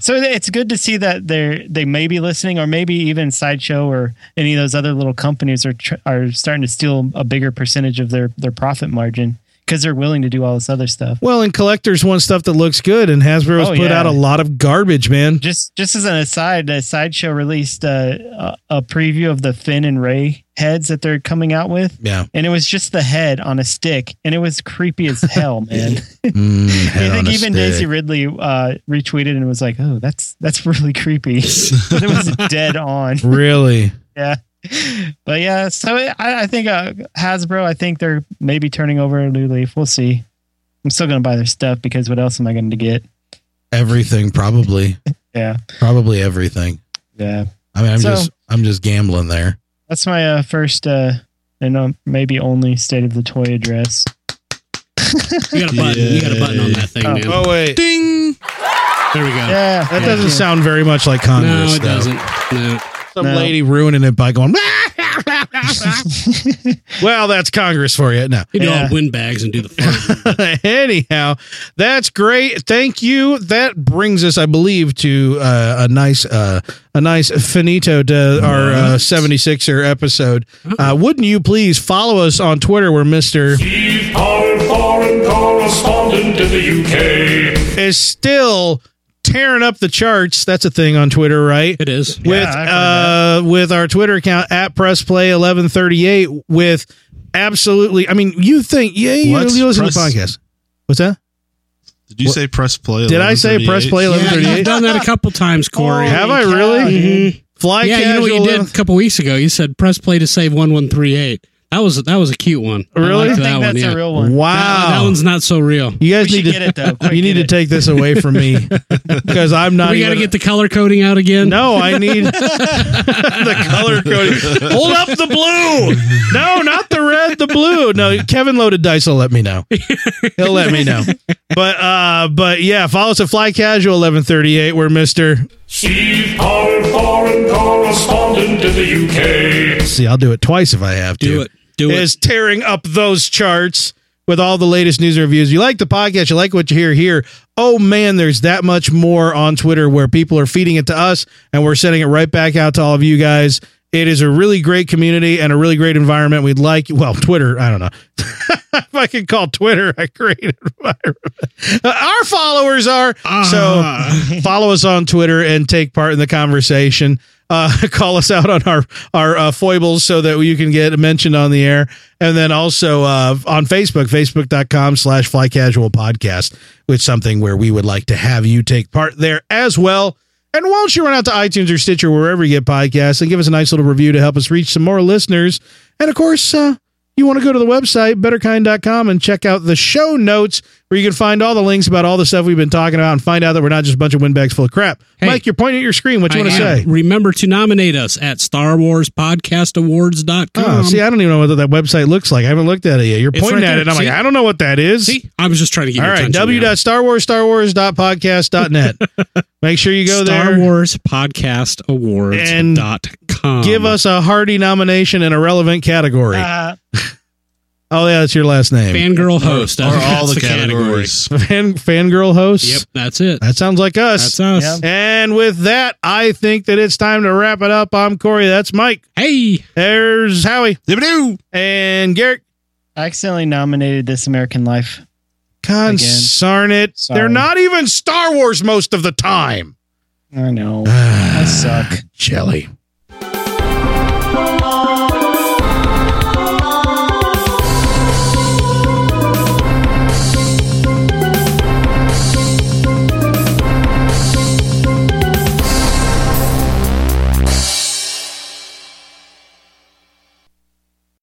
so it's good to see that they're they may be listening, or maybe even sideshow or any of those other little companies are tr- are starting to steal a bigger percentage of their their profit margin because they're willing to do all this other stuff. well, and collectors want stuff that looks good, and Hasbro has Oh, put yeah. out a lot of garbage, man. Just just as an aside, uh, sideshow released uh, a, a preview of the Finn and Ray heads that they're coming out with. Yeah. And it was just the head on a stick, and it was creepy as hell, man. Mm, head I on think a even Daisy stick. Ridley uh, retweeted and was like, "Oh, that's that's really creepy." but it was dead on. really? Yeah. But yeah, so I, I think uh, Hasbro. I think they're maybe turning over a new leaf. We'll see. I'm still gonna buy their stuff because what else am I going to get? everything probably, Yeah, probably everything. yeah. I mean, I'm So- just I'm just gambling there. That's my uh, first uh, and um, maybe only state of the toy address. You got a button. You got a button on that thing, Oh. man. Oh wait, Ding. There we go. Yeah, that yeah, doesn't yeah. sound very much like no, Congress. it though. doesn't. No. Some No. lady ruining it by going. Well, that's Congress for you. No. You do Yeah. all windbags and do the fart. Anyhow, that's great. Thank you. That brings us, I believe, to uh, a nice, uh, a nice finito to our uh, 76er episode. Uh, wouldn't you please follow us on Twitter? Where Mister Steve Carr, foreign correspondent in the UK. is still tearing up the charts. That's a thing on Twitter, right? it is. with I've uh heard with our Twitter account at press play 1138 with absolutely I mean you think yeah you, What's you listen to press- the podcast. What's that? Did you say press play? Did I say press play Yeah, you've 1138? done that a couple times, Corey. Holy Have I cow, really? Oh, dude. Mhm. Fly yeah, you know casual what you did 11 a couple weeks ago? You said press play to save one one three eight. That was that was a cute one. I Really? I liked don't that think one. that's yeah. a real one. That, that Wow. one's not so real. you We guys should need get to it though. Quick, you need get to it. take this away from me because I'm not we got to even- get the color coding out again. No, I need the color coding. Hold up the blue. No, not the red, the blue. No, Kevin loaded dice will let me know. He'll let me know. But uh but yeah, follow us at Fly Casual 1138 where Mr. Steve Carr, foreign correspondent in the UK. See, I'll do it twice if I have to. do it. Do it. is tearing up those charts with all the latest news and reviews. You like the podcast, you like what you hear here. Oh man, there's that much more on Twitter where people are feeding it to us and we're sending it right back out to all of you guys. It is a really great community and a really great environment. We'd like, well, Twitter, I don't know. if I could call Twitter a great environment. Our followers are. Uh, So follow us on Twitter and take part in the conversation. Uh, call us out on our our uh, foibles so that you can get mentioned on the air. And then also uh, on Facebook, facebook.com slash fly casual podcast, which is something where we would like to have you take part there as well. And why don't you run out to iTunes or Stitcher, wherever you get podcasts, and give us a nice little review to help us reach some more listeners. And of course, uh, you want to go to the website, betterkind.com, and check out the show notes where you can find all the links about all the stuff we've been talking about and find out that we're not just a bunch of windbags full of crap. Hey. Mike, you're pointing at your screen. What you want to I am. say? Remember to nominate us at Star Wars Podcast Awards.com. Oh, see, I don't even know what that website looks like. I haven't looked at it yet. You're It's pointing right at there. it. And I'm See? like, I don't know what that is. See? I was just trying to get All your right, attention. man. www.starwarsstarwars.net. Make sure you go Star there. Wars Podcast Awards And dot com. Give us a hearty nomination in a relevant category. Uh, oh, yeah, that's your last name. fangirl host. Or I think all that's the categories. Fan, fangirl host. Yep, that's it. That sounds like us. That's us. Yep. And with that, I think that it's time to wrap it up. I'm Corey. That's Mike. Hey, There's Howie Dibba-doo. and Garrett. I accidentally nominated This American Life. Consarn it. Sorry. They're not even Star Wars most of the time. I know. I suck. Jelly.